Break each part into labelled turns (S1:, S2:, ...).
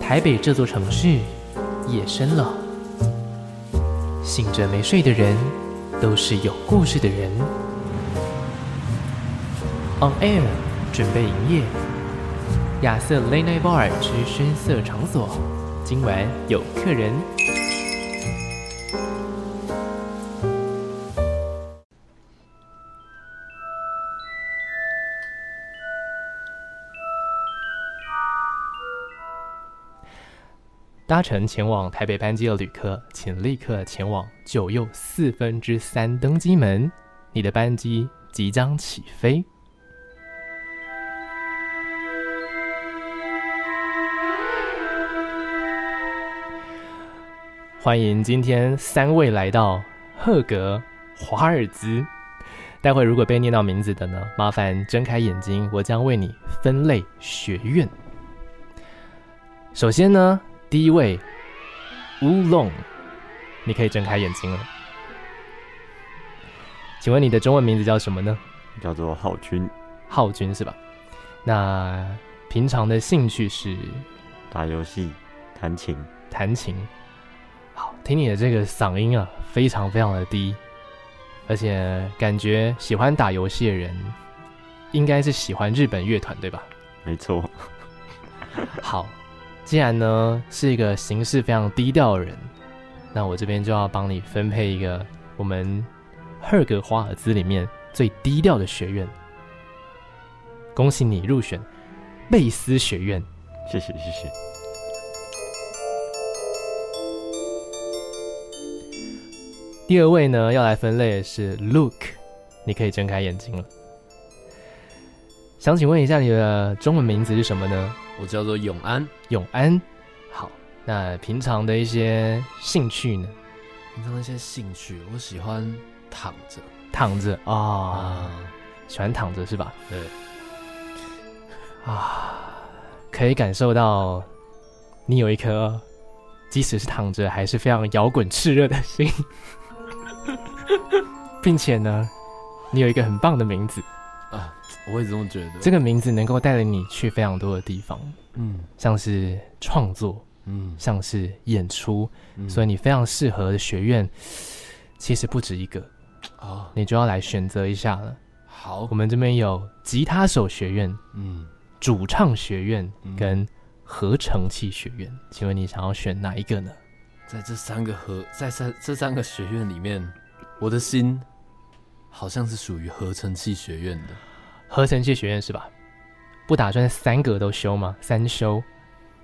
S1: 台北这座城市，夜深了。醒着没睡的人，都是有故事的人。On Air 准备营业，亚瑟 Late Night Bar 之深色场所，今晚有客人。搭乘前往台北班机的旅客，请立刻前往九又四分之三登机门，你的班机即将起飞。欢迎今天三位来到赫格华尔兹。待会如果被念到名字的呢，麻烦睁开眼睛，我将为你分类学院。首先呢，第一位乌龙，你可以睁开眼睛了。请问你的中文名字叫什么呢？
S2: 叫做浩君，
S1: 浩君是吧？那平常的兴趣是
S2: 打游戏、弹琴，
S1: 弹琴。好，听你的这个嗓音啊，非常非常的低，而且感觉喜欢打游戏的人，应该是喜欢日本乐团对吧？
S2: 没错，
S1: 好，既然呢是一个行事非常低调的人，那我这边就要帮你分配一个我们赫格华尔兹里面最低调的学院。恭喜你入选贝斯学院。
S2: 谢谢谢谢。
S1: 第二位呢，要来分类的是 Luke，你可以睁开眼睛了。想请问一下你的中文名字是什么呢？
S3: 我叫做永安，
S1: 永安。好，那平常的一些兴趣呢？
S3: 平常一些兴趣，我喜欢躺着
S1: 躺着啊、
S3: 啊，
S1: 喜欢躺着是吧？啊
S3: 对，
S1: 可以感受到你有一颗，即使是躺着还是非常摇滚炽热的 心，并且呢，你有一个很棒的名字，
S3: 啊我也这么觉得。
S1: 这个名字能够带领你去非常多的地方，
S3: 嗯
S1: 像是创作，
S3: 嗯，
S1: 像是演出，
S3: 嗯
S1: 所以你非常适合的学院其实不止一个，
S3: 哦，
S1: 你就要来选择一下了。
S3: 好
S1: 我，们这边有吉他手学院、
S3: 嗯，
S1: 主唱学院
S3: 嗯
S1: 跟合成器学院，请问你想要选哪一个呢？
S3: 在这三个合，在三这三个学院里面，我的心好像是属于合成器学院的。
S1: 合成器学院是吧？不打算三个都修吗？三修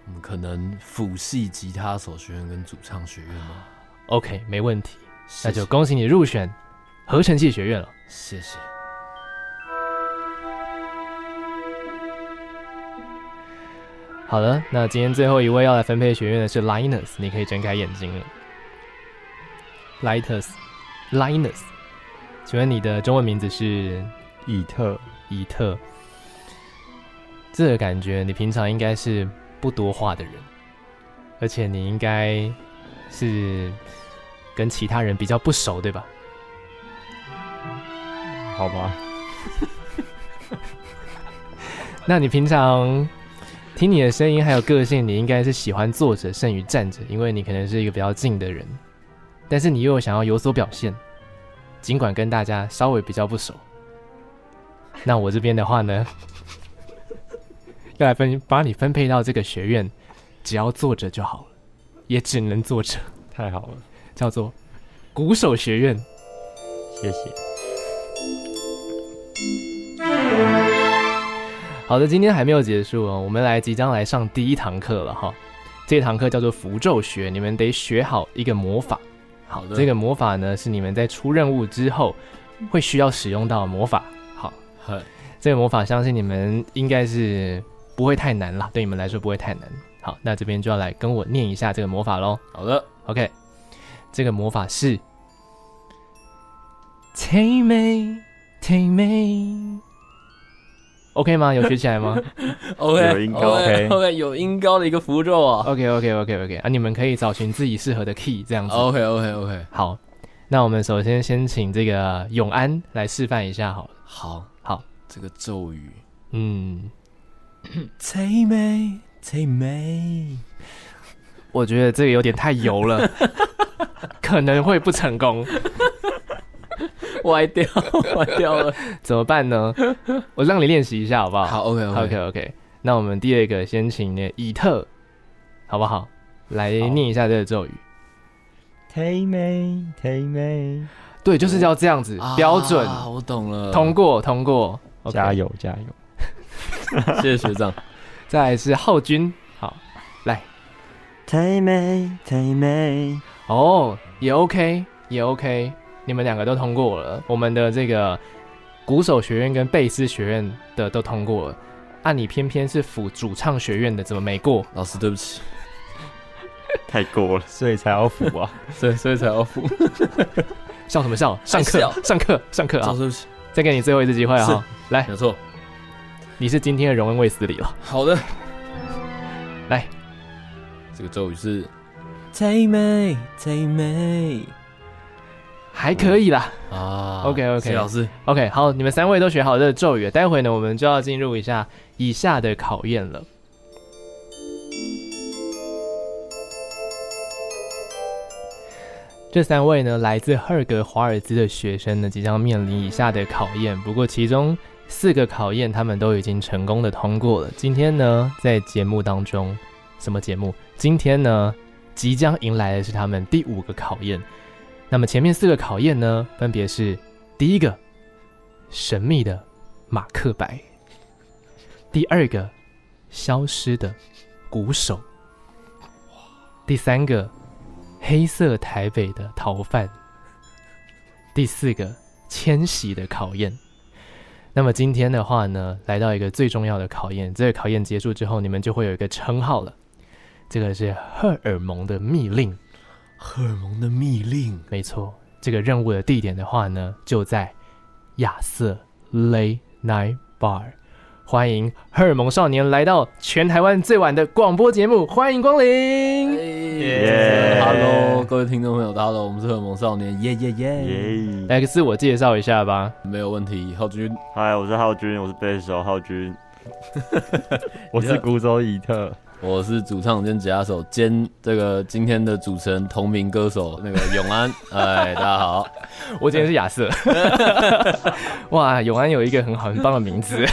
S3: 嗯，可能辅系吉他手学院跟主唱学院吗？
S1: ，OK，没问题，那
S3: 谢
S1: 就
S3: 谢
S1: 恭喜你入选合成器学院了。
S3: 谢谢。
S1: 好了，那今天最后一位要来分配学院的是 Linus，你可以睁开眼睛了。Linus，Linus，请问你的中文名字是
S2: 伊特，
S1: 伊特？这个感觉你平常应该是不多话的人，而且你应该是跟其他人比较不熟，对吧？
S2: 好吧，
S1: 那你平常听你的声音还有个性，你应该是喜欢坐着胜于站着，因为你可能是一个比较静的人，但是你又想要有所表现，尽管跟大家稍微比较不熟。那我这边的话呢， 要来分把你分配到这个学院，只要坐着就好了，也只能坐着，
S2: 太好了，
S1: 叫做鼓手学院。
S2: 谢谢。
S1: 好的，今天还没有结束哦，我们来即将来上第一堂课了哈。这堂课叫做符咒学，你们得学好一个魔法。
S3: 好的，
S1: 这个魔法呢，是你们在出任务之后会需要使用到的魔法。好，
S3: 很
S1: 这个魔法相信你们应该是不会太难啦，对你们来说不会太难。好，那这边就要来跟我念一下这个魔法喽。
S3: 好的，
S1: OK，这个魔法是甜美甜美，OK 吗？有学起来吗？
S3: OK，
S2: 有音高
S3: OK，OK，
S2: OK
S3: OK，有音高的一个符咒啊。
S1: OK OK OK OK 啊，你们可以找寻自己适合的 key 这样子。
S3: OK OK OK，
S1: 好，那我们首先先请这个永安来示范一下好了。
S3: 好
S1: 好，
S3: 这个咒语
S1: 嗯，
S3: 最美最美，
S1: 我觉得这个有点太油了， 可能会不成功，
S3: 歪掉，歪掉了。
S1: 怎么办呢？我让你练习一下好不好？
S3: 好，OK OK，,
S1: OK OK，那我们第二个先请那以特，好不好？来
S2: 好
S1: 念一下这个咒语。
S2: 忒美忒美，
S1: 对，就是要这样子，
S3: 啊
S1: 标准，
S3: 我懂了。
S1: 通，过，通过。OK
S2: 加！油加油！
S3: 谢谢学长。
S1: 再来是浩君，好
S2: 忒美忒美，
S1: 哦，也 OK，也 OK，你们两个都通过了。我们的这个鼓手学院跟贝斯学院的都通过了，啊，你偏偏是辅主唱学院的，怎么没过？
S3: 老师，对不起，
S2: 太过了，所以才要服啊！
S3: 所以所以才要付。
S1: 笑什么笑？上课
S3: 笑，
S1: 上课，上课
S3: 老
S1: 啊
S3: 师，！对不起，
S1: 再给你最后一次机会啊！来，
S3: 没错。
S1: 你是今天的荣恩卫斯理了。哦
S3: 好的，
S1: 来，
S3: 这个咒语是最美最美
S1: 还可以啦。
S3: 啊。
S1: OK，OK
S3: 谢谢老师，
S1: OK，好，你们三位都学好这个咒语了，待会呢，我们就要进入一下以下的考验了。这三位呢，来自赫尔格华尔兹的学生呢，即将面临以下的考验。不过，其中四个考验他们都已经成功的通过了。今天呢，在节目当中，什么节目？今天呢，即将迎来的是他们第五个考验。那么前面四个考验呢，分别是第一个神秘的马克白，第二个消失的鼓手，第三个黑色台北的逃犯，第四个迁徙的考验。那么今天的话呢，来到一个最重要的考验，这个考验结束之后，你们就会有一个称号了。这个是荷尔蒙的密令，
S3: 荷尔蒙的密令
S1: 没错，这个任务的地点的话呢，就在亚瑟 Late Night Bar。欢迎荷尔蒙少年来到全台湾最晚的广播节目，欢迎光临。
S2: 耶
S3: Hello，各位听众朋友，大家好，我们是荷尔蒙少年，耶耶 耶，
S2: 耶！
S1: 来个哎自我介绍一下吧。
S3: 没有问题。浩君，
S2: 嗨，我是浩君，我是贝斯手浩君， 我是鼓手以特。
S3: 我是主唱兼吉他手兼这个今天的主持人同名歌手那个永 安，哎，大家好，
S1: 我今天是亚 瑟。哇，永安有一个很好很棒的名字，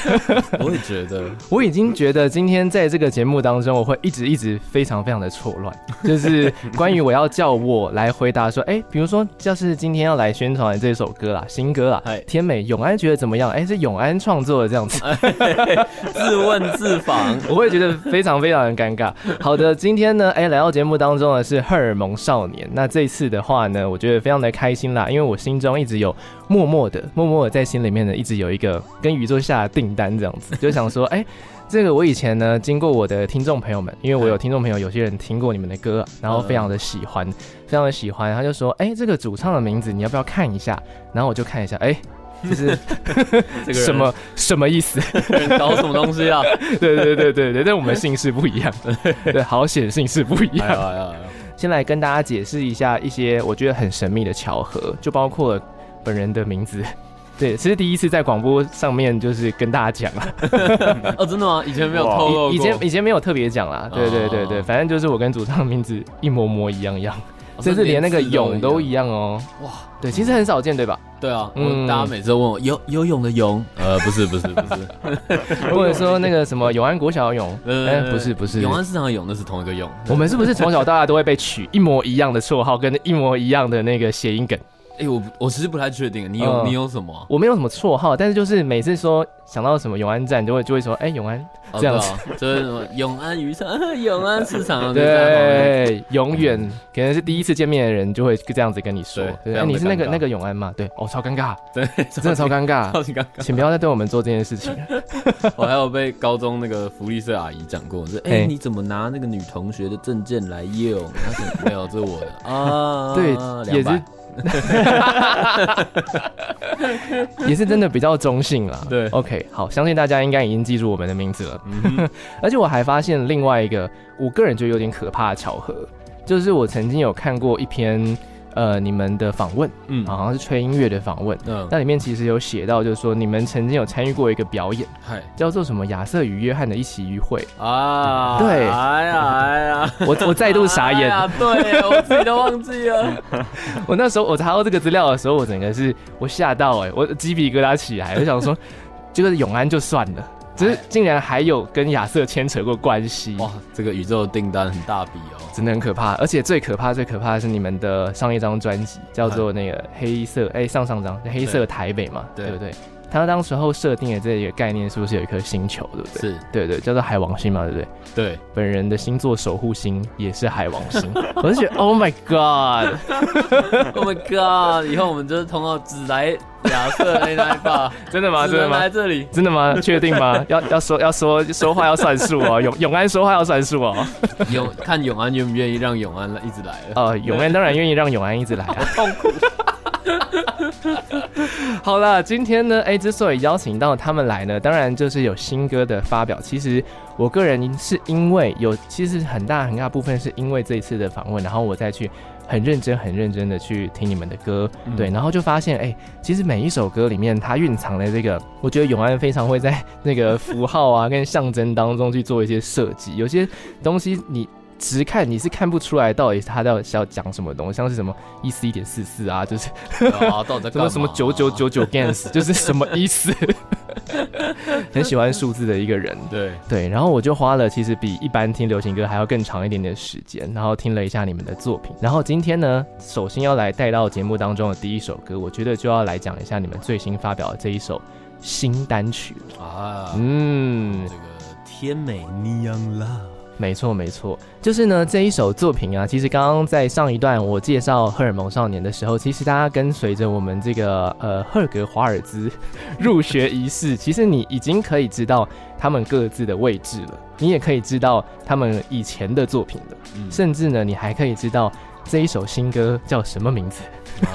S3: 我也觉得
S1: 我已经觉得今天在这个节目当中，我会一直一直非常非常的错乱， 就是关于我要叫我来回答说，哎，比如说就是今天要来宣传这首歌啦，新歌啦
S3: 嗨，
S1: 天美永安觉得怎么样？哎，是永安创作的这样子，
S3: 自问自访，
S1: 我会觉得非常非常的尴尬。好的，今天呢，哎，来到节目当中的是荷尔蒙少年。那这一次的话呢，我觉得非常的开心啦，因为我心中一直有默默的、默默的在心里面呢，一直有一个跟宇宙下的订单这样子，就想说，哎。这个我以前呢，经过我的听众朋友们，因为我有听众朋友，有些人听过你们的歌，然后非常的喜欢，非常的喜欢，他就说，哎，这个主唱的名字你要不要看一下？然后我就看一下，哎，这是
S3: 这个人
S1: 什么什么意思？
S3: 搞什么东西啊？
S1: 对对对对对，但我们姓氏不一样，对，好险姓氏不一
S3: 哎呀
S1: 样。
S3: 哎呀哎呀，
S1: 先来跟大家解释一下一些我觉得很神秘的巧合，就包括了本人的名字。 对，这是第一次在广播上面就是跟大家讲了，
S3: 哦，真的吗？以前没有透露过，
S1: 以以前以前没有特别讲啦，对对对对，
S3: 哦
S1: 反正就是我跟主唱的名字一模模一样样，
S3: 哦
S1: 甚至连那个
S3: 字
S1: 勇都一
S3: 样。
S1: 样哦。
S3: 哇，
S1: 对，其实很少见，对吧？
S3: 对啊，
S1: 嗯
S3: 我大家每次都问我游游泳的泳，呃，不是不是不是，
S1: 或者说那个什 么永安国小的永， 哎，
S3: 呃，
S1: 不是不是，
S3: 永安市场的泳那是同一个泳。
S1: 我们是不是从小到大都会被取一模一样的绰号跟一模一样的那个谐音梗？
S3: 哎，我我其实不太确定，你有
S1: 嗯
S3: 你有什么啊？
S1: 我没有什么绰号，但是就是每次说想到什么永安站，就会就会说，哎、永安，
S3: 哦
S1: 这样，
S3: 对啊就是什么永安渔场、 永安市场，啊就在
S1: 对，永远可能是第一次见面的人就会这样子跟你说，
S3: 对
S1: 对，
S3: 非
S1: 哎
S3: 常的
S1: 你是那个
S3: 尴尬
S1: 那个永安嘛？对， 哦，超尴尬，
S3: 旁边对，
S1: 真的超尴
S3: 超
S1: 尬，
S3: 级尴尬。
S1: 请不要再对我们做这件事 情。
S3: 我还有被高中那个福利社阿姨讲过，说：“哎、
S1: 哎
S3: 你怎么拿那个女同学的证件来用？”她说：“没有，这是我 的啊。”
S1: 对，也
S3: 200
S1: 是， 也是真的比较中性啦。
S3: 对
S1: ，OK，好，相信大家应该已经记住我们的名字了。
S3: 嗯
S1: 而且我还发现另外一个，我个人觉得有点可怕的巧合，就是我曾经有看过一篇。呃你们的访问，
S3: 嗯
S1: 好像是吹音乐的访问，
S3: 嗯，
S1: 那里面其实有写到，就是说你们曾经有参与过一个表演，
S3: 嗨
S1: 叫做什么亚瑟与约翰的一起约会，
S3: 啊，
S1: 对
S3: 哎呀哎呀，
S1: 我我 再度傻眼， 嗯
S3: 哎呀对我自己都忘 记了，
S1: 我那时候我查到这个资料的时候，我整个是我吓到哎、我鸡皮疙瘩起来，我想说， 这个永安就算了，只
S3: 哎
S1: 是竟然还有跟亚瑟牵扯过关系，
S3: 哇，这个宇宙订单很大笔哦，
S1: 真的很可怕。而且最可怕、最可怕的是你们的上一张专辑叫做那个黑色，哎、上上张黑色台北嘛，
S3: 对
S1: 对不对？他当时候设定的这个概念是不是有一颗星球，对不对？
S3: 是
S1: 对对，叫做海王星嘛，对不对？
S3: 对，
S1: 本人的星座守护星也是海王 星，我就觉得 Oh my God，
S3: Oh my god！以后我们就是通告只来亚瑟 A 奶 爸，
S1: 真的吗？
S3: 只
S1: 真的
S3: 能
S1: 吗
S3: 来？这里。
S1: 真的吗？确定吗？要要说要说说话要算数哦，永永安说话要算数哦。
S3: 永看永安愿不愿意让永安来，一直来 了。
S1: 呃，永安当然愿意让永安一直来、啊。
S3: 痛苦。
S1: 好啦，今天呢，哎，之所以邀请到他们来呢，当然就是有新歌的发表。其实我个人是因为有，其实很大很大部分是因为这一次的访问，然后我再去很认真、很认真的去听你们的歌，
S3: 嗯
S1: 对，然后就发现，哎，其实每一首歌里面它蕴藏的这个，我觉得永安非常会在那个符号啊跟象征当中去做一些设计，有些东西你。直看你是看不出来到底他到底是要讲什么东西，像是什么意思一点四四啊，就是
S3: 啊，到底
S1: 什
S3: 在干嘛
S1: 么什么九九？九九 gans，就是什么意思？很喜欢数字的一个人，
S3: 对，
S1: 对。然后我就花了其实比一般听流行歌还要更长一点点时间，然后听了一下你们的作品。然后今天呢，首先要来带到节目当中的第一首歌，我觉得就要来讲一下你们最新发表的这一首新单曲。
S3: 啊，
S1: 嗯
S3: 这，个天美 Neon Love，
S1: 没错没错，就是呢这一首作品啊，其实刚刚在上一段我介绍《荷尔蒙少年》的时候，其实大家跟随着我们这个呃赫格华尔兹入学仪式，其实你已经可以知道他们各自的位置了，你也可以知道他们以前的作品了，
S3: 嗯
S1: 甚至呢你还可以知道这一首新歌叫什么名字，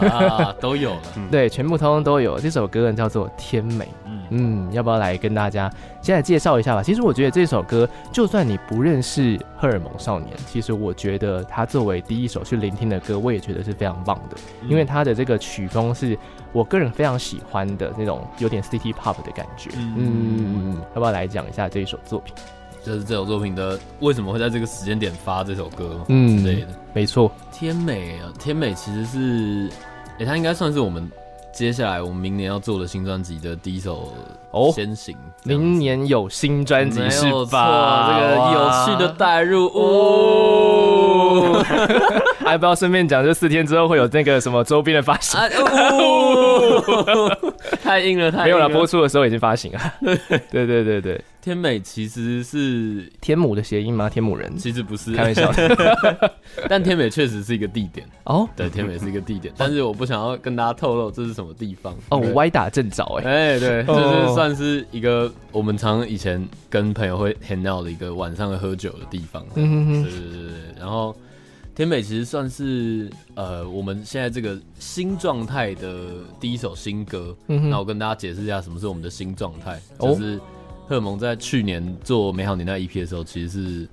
S3: 啊，都有了。
S1: 对，全部通通都有。这首歌呢叫做《天美》。
S3: 嗯，
S1: 嗯，要不要来跟大家现在介绍一下吧？其实我觉得这首歌，就算你不认识荷尔蒙少年，其实我觉得它作为第一首去聆听的歌，我也觉得是非常棒的，
S3: 嗯
S1: 因为它的这个曲风是我个人非常喜欢的那种有点 city pop 的感觉。
S3: 嗯
S1: 嗯嗯嗯，要不要来讲一下这一首作品？
S3: 就是这首作品的为什么会在这个时间点发这首歌嘛
S1: 嗯
S3: 之类的。
S1: 没错，
S3: 天美啊，天美其实是，诶、它应该算是我们接下来我们明年要做的新专辑的第一首
S1: 哦
S3: 先行。这样子
S1: 明年有新专辑是
S3: 没有错，
S1: 吧？
S3: 这个有趣的代入
S1: 哦
S3: 哦，
S1: 还不要顺便讲，就四天之后会有那个什么周边的发行。
S3: 啊 哦，太硬了，太硬了
S1: 没有啦，播。出的时候已经发行了。对对对对，
S3: 天美其实是
S1: 天母的谐音吗？天母人，
S3: 其实不是
S1: 开，玩笑。
S3: 但天美确实是一个地点，
S1: 哦
S3: 对，天美是一个地 点，但是我不想要跟大家透露这是什么地方
S1: 哦，
S3: 对
S1: 我歪打正着哎、
S3: 哎、对，
S1: 哦
S3: 就是算是一个我们常以前跟朋友会 hang out 的一个晚上的喝酒的地方。
S1: 嗯哼
S3: 对对对对。然后天美其实算是呃我们现在这个新状态的第一首新歌。
S1: 嗯哼
S3: 那我跟大家解释一下什么是我们的新状态，
S1: 哦
S3: 就是荷尔蒙在去年做《美好年代》EP 的时候，其实是。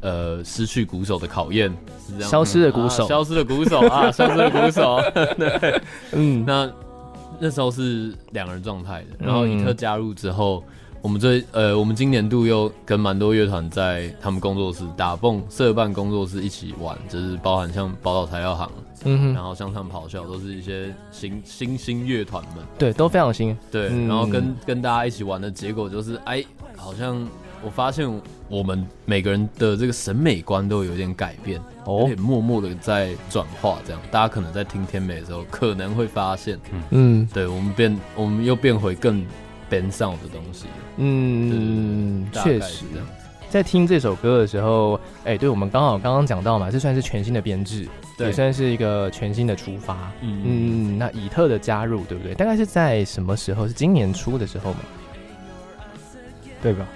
S3: 呃，失去鼓手的考验是这
S1: 哼，
S3: 样，
S1: 消失的鼓手，
S3: 啊消失的鼓手啊，消失的 鼓手，
S1: 嗯，
S3: 那那时候是两人状态的，
S1: 嗯
S3: 然后以特加入之后，我们最呃，我们今年度又跟蛮多乐团在他们工作室打蹦社办工作室一起玩，就是包含像宝岛材料行，
S1: 嗯
S3: 然
S1: 哼，
S3: 后像他们咆哮，都是一些新新兴乐团们，
S1: 对，都非常新，
S3: 对，
S1: 嗯
S3: 然后跟跟大家一起玩的结果就是，哎，好像我发现我们每个人的这个审美观都有点改变。
S1: 哦
S3: 而且默默的在转化，这样大家可能在听天美的时候，可能会发现，
S1: 嗯
S3: 对我们变，我们又变回更 band sound 的东西了，
S1: 嗯，
S3: 大
S1: 确
S3: 概
S1: 实
S3: 是，这样。
S1: 在听这首歌的时候，哎、对我们刚好刚刚讲到嘛，这算是全新的编制，
S3: 对
S1: 也算是一个全新的出发。
S3: 嗯，
S1: 嗯，那以特的加入，对不对？大概是在什么时候？是今年初的时候吗？对吧？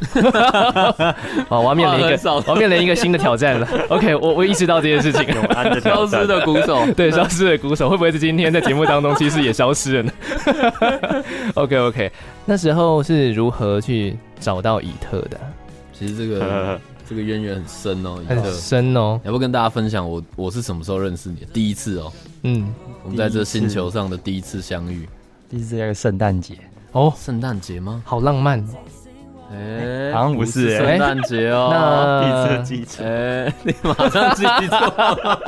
S1: 好，我要面临 一
S3: 话很
S1: 个，
S3: 少
S1: 我要面临一个新的挑战 了。OK，我我意识到这件事情。
S2: 永安的
S3: 消
S2: 挑
S3: 失
S2: 战，
S3: 的鼓 手，
S1: 对，消失的鼓手会不会是今天在节目当中其实也消失了呢 ？OK OK，那时候是如何去找到以特的？
S3: 其实这个这个渊源很深哦，以
S1: 很
S3: 特。
S1: 深哦。
S3: 要不跟大家分享我我是什么时候认识你的？第一次哦，
S1: 嗯，
S3: 我们在这星球上的第一次相遇，
S2: 第一次那个圣诞节，
S1: 哦，
S3: 圣诞节吗？
S1: 好浪漫。
S3: 哎、
S2: 好像不是
S3: 是
S2: 哎
S3: 圣诞节哦。
S2: 第一
S1: 那
S2: 次记起，
S3: 哎、 你马上记错，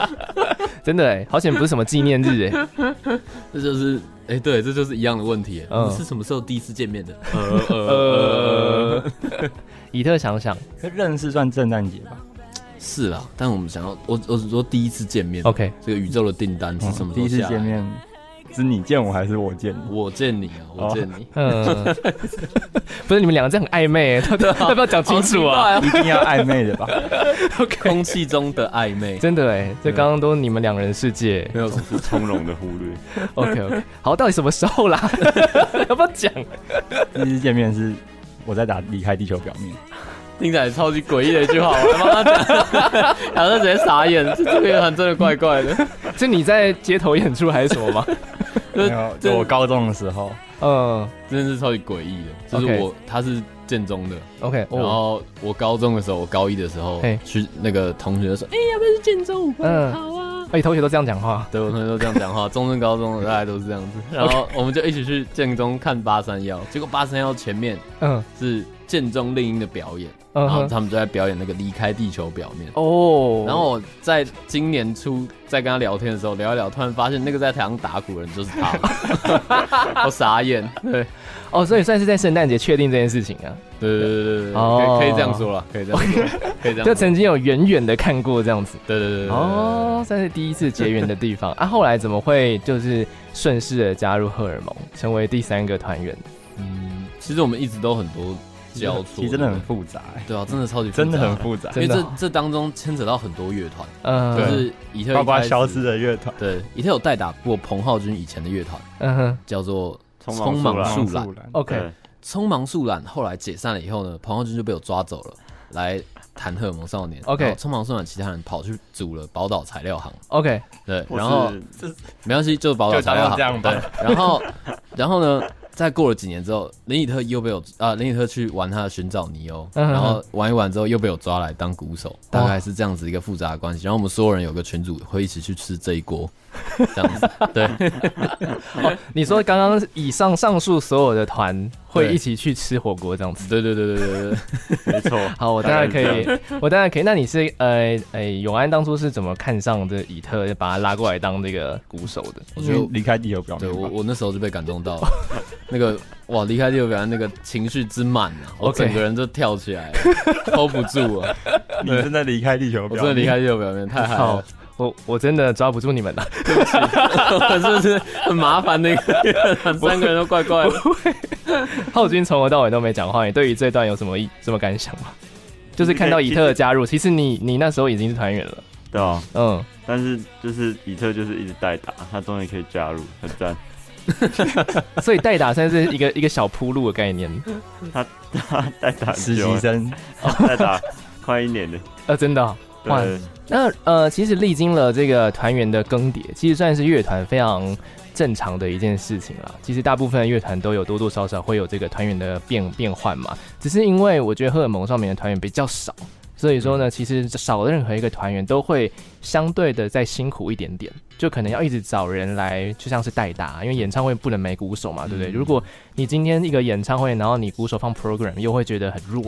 S1: 真的哎，好险不是什么纪念日哎。
S3: 这就是哎、对，这就是一样的问题。
S1: 嗯
S3: 你是什么时候第一次见面 的？呃
S1: 呃，以特想想
S2: 可认识算圣诞节吧？
S3: 是啦，但我们想要，我我只说第一次见面
S1: ，OK，
S3: 这个宇宙的订单是什么时
S2: 第
S3: 候、
S2: 一次见，面嗯是你见我还是我见你？
S3: 我见你啊，我见你，
S1: 嗯，
S3: 呃
S1: 不是你们两个这样很暧昧哎，到底 要不要讲清楚啊
S3: 啊好奇
S2: 一
S3: 怪哦！
S2: 定要暧昧的 吧？
S1: ？OK，
S3: 空气中的暧昧，
S1: 真的哎，这刚刚都你们两个人世界 哎。
S3: 没有
S2: 是从容的忽略。
S1: OK OK，好，到底什么时候啦？ 要不要讲？
S2: 第一次见面是我在打离开地球表面，
S3: 听起来超级诡异的一句话，我他妈讲，然后直接傻眼，这这个人真的怪怪的。
S1: 是你在街头演出还是什么 吗？
S3: 这
S2: 没有，
S3: 这
S2: 就我高中的时候，
S1: 嗯
S3: 真的是超级诡异的，就是
S1: OK
S3: 我他是建中的，
S1: ，OK，
S3: 然
S1: 哦，
S3: 后我高中的时候，我高一的时候
S1: 嘿
S3: 去那个同学就说，哎、
S1: 嗯，哎，同学都这样讲话，
S3: 对我同学都这样讲话，中正高中的大家都是这样子，然后我们就一起去建中看八三幺，结果八三幺前面
S1: 嗯
S3: 是建中猎鹰的表演，
S1: 嗯
S3: 然后
S1: 哼，
S3: 他们就在表演那个离开地球表面。
S1: 哦，
S3: 然后我在今年初在跟他聊天的时候聊一聊，突然发现那个在台上打鼓的人就是他，我傻眼。对
S1: 哦，所以算是在圣诞节确定这件事情啊，
S3: 对对对对对，
S1: 哦
S3: 可以可以这样说了，可以这样说，可以这样
S1: 就
S3: 说。
S1: 曾经有远远的看过这样子，
S3: 对对对对对
S1: 哦，算是第一次结缘的地方啊。后来怎么会就是顺势的加入荷尔蒙，成为第三个团员？
S3: 嗯，其实我们一直都很多交错，
S2: 其实真的很复杂、欸，
S3: 对啊，真的超级复杂
S2: 真的很，复杂，
S3: 因为
S1: 真
S3: 这
S1: 的哦
S3: 这当中牵扯到很多乐团，
S1: 嗯，
S3: 就是以特一
S2: 包括
S3: 开始
S2: 消失，的乐团，
S3: 对，以特有代打过彭浩军以前的乐团
S1: 嗯哼
S3: 叫做
S2: 匆
S3: 忙
S2: 忙
S3: 树懒
S2: 树懒
S1: ，OK，
S3: 匆忙速览后来解散了以后呢，彭浩君就被我抓走了，来谈荷尔蒙少年。
S1: OK
S3: 然后匆忙速览其他人跑去组了宝岛材料行，
S1: OK，
S3: 对，
S2: 或是
S3: 然后没关系，就是宝岛材料
S2: 就当这
S3: 行。
S2: 样吧
S3: 对，然后然后呢，再过了几年之后，林以特又被我啊，林以特去玩他的寻找尼欧，
S1: 嗯哼
S3: 然后玩一玩之后又被我抓来当鼓手，大概是这样子一个复杂的关系。然后我们所有人有个群组会一起去吃这一锅，这样子，对，
S1: 你说刚刚以上上述所有的团会
S3: 对
S1: 一起去吃火锅这样子。
S3: 对对对对对对对。
S2: 没错，
S1: 好，我当然可以，我当然可以。那你是呃呃，永安当初是怎么看上这以特，把他拉过来当这个鼓手的？
S3: 我
S2: 因
S3: 觉得
S2: 为离开地球表
S3: 对
S2: 面
S3: 我，
S2: 吧，
S3: 我那时候就被感动到了，那个哇，离开地球表演那个情绪之满啊，我
S1: OK
S3: 整个人就跳起来了 ，hold 不住啊！
S2: 你真的离开地球
S3: 我
S2: 表
S3: 真的
S2: 面，
S3: 离开地球表面，太嗨
S1: 好
S3: 了，，
S1: 我我真的抓不住你们了。
S3: 是不是很麻烦？那个三个人都怪怪的，
S1: 浩君从头到尾都没讲话，你对于这段有什么意什么感想吗？就是看到以特的加入，其实你你那时候已经是团员了，
S2: 对啊，
S1: 嗯，
S2: 但是就是比特就是一直代打，他终于可以加入，很赞。
S1: 所以代打算是一个一个小铺路的概念，
S2: 他代打
S4: 实
S2: 很久
S4: 习
S2: 了，
S4: 生
S2: 代打快一年了。
S1: 呃，真的哦、哇
S2: 对，
S1: 那呃，其实历经了这个团员的更迭，其实算是乐团非常正常的一件事情啦。其实大部分的乐团都有多多少少会有这个团员的变变换嘛，只是因为我觉得荷尔蒙上面的团员比较少，所以说呢，其实少了任何一个团员都会相对的再辛苦一点点，就可能要一直找人来，就像是代打，因为演唱会不能没鼓手嘛，对不对？
S3: 嗯
S1: 如果你今天一个演唱会，然后你鼓手放 program，又会觉得很弱，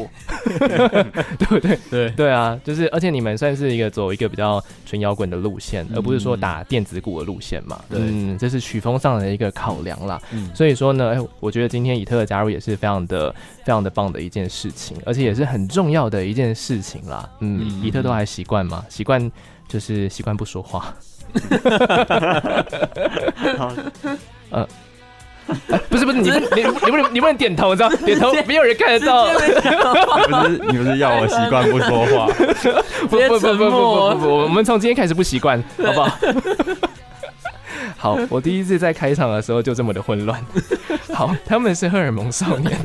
S1: 对不 对？
S3: 对，
S1: 对啊，就是而且你们算是一个走一个比较纯摇滚的路线，
S3: 嗯
S1: 而不是说打电子鼓的路线嘛。
S3: 对
S1: 嗯，这是曲风上的一个考量啦。
S3: 嗯
S1: 所以说呢，哎，我觉得今天以特的加入也是非常的、非常的棒的一件事情，而且也是很重要的一件事情啦。嗯，
S3: 嗯
S1: 以特都还习惯吗？习惯就是习惯不说话。
S2: 好
S1: 哎不是不是，你不你你不能你不能点头，知道吗？点 头没有人看得到。
S2: 你不是你不是要我习惯不说话？
S1: 不不不不不不不，我们从今天开始不习惯，好不好？ 好，我第一次在开场的时候就这么的混 乱。好，他们是荷尔蒙少年，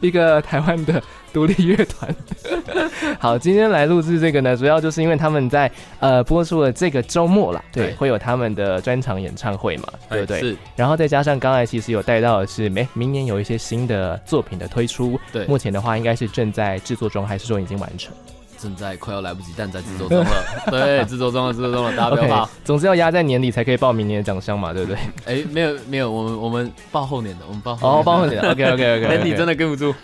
S1: 一个台湾的独立乐团。 好，今天来录制这个呢，主要就是因为他们在呃播出了这个周末啦，对，
S3: 对哎
S1: 会有他们的专场演唱会嘛，对不对？
S3: 是，
S1: 然后再加上刚才其实有带到的是，没明年有一些新的作品的推出，
S3: 对，
S1: 目前的话应该是正在制作中，还是说已经完成
S3: 正在快要来不及，但在制作中了， 对，制作中了，制作中了，大家不要
S1: ？OK，
S3: 怕。
S1: 总之要压在年底才可以报明年的奖项嘛，对不对？
S3: 哎，没有没有，我们我们报后年的，我们报
S1: 哦，
S3: 后
S1: 报 你了，OK OK
S3: 年
S1: OK，
S3: 的，你真的跟不住，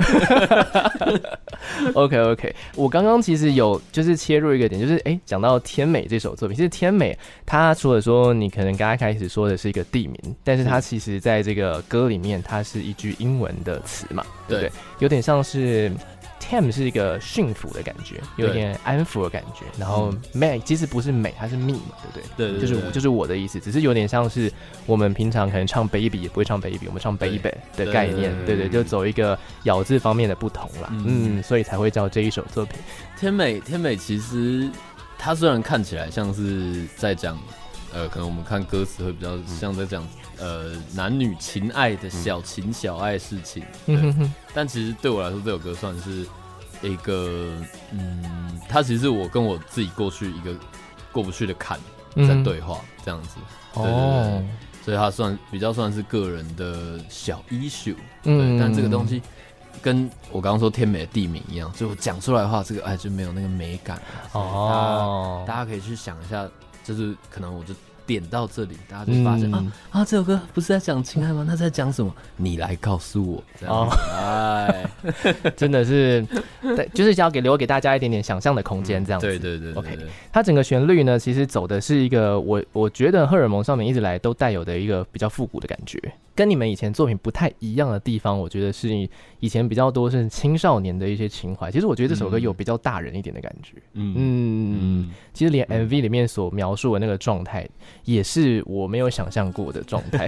S1: OK OK，我刚刚其实有就是切入一个点，就是哎讲到天美这首作品，其实天美它除了说你可能刚刚开始说的是一个地名，但是它其实在这个歌里面它是一句英文的词嘛，对不对？
S3: 对
S1: 有点像是 Tam 是一个驯服的感觉，有
S3: 对
S1: 点安抚的感觉，然后 May 其实不是美，它是 me 嘛，对不对？
S3: 对对，
S1: 就是
S3: 对
S1: 我就是我的意思，只是有点像是我们平常可能唱 baby 也不会唱 baby，我们唱 baby 的概念，对对，
S3: 对
S1: 就走一个咬字方面的不同啦，
S3: 嗯
S1: 嗯，所以才会叫这一首作品，
S3: 天美，天美其实它虽然看起来像是在讲，呃，可能我们看歌词会比较像在讲，呃，男女情爱的小情小爱事情，对
S1: 嗯哼哼，
S3: 但其实对我来说，这首歌算是一个，嗯，它其实是我跟我自己过去一个过不去的坎在
S1: 嗯，
S3: 对话，这样子，对对对
S1: 哦，
S3: 所以它算比较算是个人的小 issue，
S1: 嗯
S3: 对，但这个东西。跟我刚刚说天美的地名一样，所以我讲出来的话，这个哎就没有那个美感。
S1: 哦
S3: 大，家可以去想一下，就是可能我就点到这里，大家就
S1: 嗯
S3: 发现、啊 啊，这首歌不是在讲情爱吗？那在讲什么？你来告诉我。这
S1: 哦
S3: 样子， 哎，
S1: 真的是，对，就是要给留给大家一点点想象的空间，这样子，
S3: 对对对对
S1: OK
S3: 对
S1: 它整个旋律呢，其实走的是一个我我觉得荷尔蒙上面一直来都带有的一个比较复古的感觉，跟你们以前作品不太一样的地方，我觉得是以前比较多是青少年的一些情怀。其实我觉得这首歌有比较大人一点的感觉，
S3: 嗯
S1: 嗯，
S3: 嗯，
S1: 其实连 MV 里面所描述的那个状态，也是我没有想象过的状 态。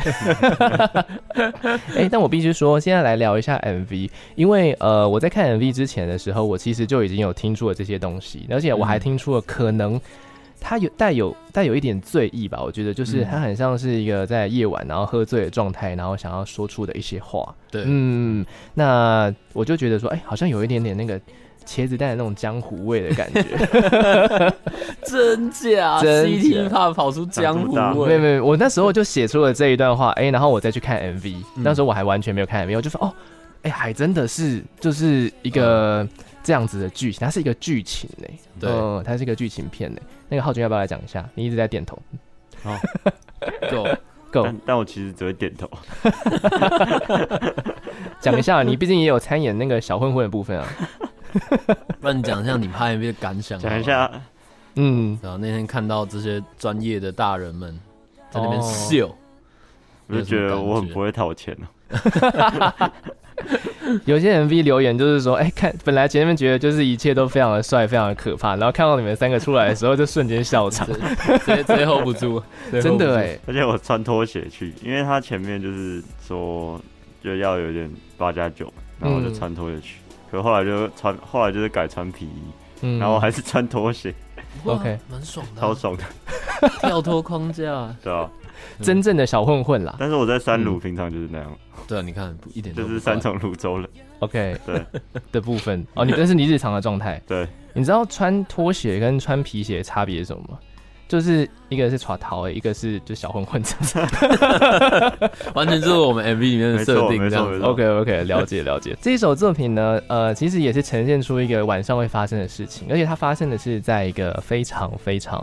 S1: 哎、但我必须说，现在来聊一下 MV，因为呃，我在看 MV 之前的时候，我其实就已经有听出了这些东西，而且我
S3: 嗯
S1: 还听出了可能它有带有带有一点醉意吧。我觉得就是
S3: 嗯
S1: 它很像是一个在夜晚然后喝醉的状态，然后想要说出的一些话。
S3: 对，
S1: 嗯，那我就觉得说，哎、好像有一点点那个。茄子蛋的那种江湖味的感觉，
S3: 真假
S1: 真
S3: CT
S1: 假
S3: 怕跑出江湖
S2: 长这么
S1: 没有
S3: 味，
S1: 没有，我那时候就写出了这一段话，哎、然后我再去看 MV，、
S3: 嗯
S1: 那时候我还完全没有看 MV，我就说哦，哎、还真的是就是一个
S2: 嗯
S1: 这样子的剧情，它是一个剧情呢、
S3: 对
S1: 嗯，它是一个剧情片呢、那个浩君要不要来讲一下？你一直在点头
S3: 够
S1: ，Go
S2: 但但我其实只会点头。
S4: 哦
S1: 讲一下，你毕竟也有参演那个小混混的部分啊，
S3: 不然你讲一下你拍 MV 的感想。
S2: 讲一
S3: 好
S2: 下
S3: 吗，，
S1: 嗯，
S3: 然后那天看到这些专业的大人们在那边
S1: 哦
S3: 秀，
S2: 我就觉得我很不会讨钱哦。
S1: 有些 MV 留言就是说，哎、看本来前面觉得就是一切都非常的帅，非常的可怕，然后看到你们三个出来的时候，就瞬间笑 场，
S3: 这这这 hold 不住，这
S1: 真
S3: hold 不住
S1: 的哎、
S2: 而且我穿拖鞋去，因为他前面就是说就要有点八加九，然后我就
S1: 嗯
S2: 穿拖鞋去。可后来就穿，后来就是改穿皮衣，
S1: 嗯，
S2: 然后我还是穿拖鞋，
S3: 哇
S1: OK
S3: 蛮爽的
S2: 超
S3: 啊，
S2: 爽的，
S3: 跳脱框架。
S2: 对啊。
S4: 嗯
S1: 真正的小混混啦
S2: 但是我在三鲁平常就是那样，
S3: 对啊，你看不一
S4: 嗯
S3: 点都
S2: 就
S3: 不
S2: 是
S3: 怪
S2: 三重泸州人，
S1: ，OK
S2: 对
S1: 的部分哦，你这是你日常的状态。
S2: 对，
S1: 你知道穿拖鞋跟穿皮鞋的差别是什么吗？就是一个是耍桃欸，一个是就小混混这样子。
S3: 完全就是我们 MV 里面的
S2: 没
S3: 设
S2: 错
S3: 定
S2: 没
S3: 这
S2: 错
S3: 样
S2: 没
S3: 子。
S2: 错
S1: OK。OK，了解了解。这一首作品呢，呃，其实也是呈现出一个晚上会发生的事情，而且它发生的是在一个非常非常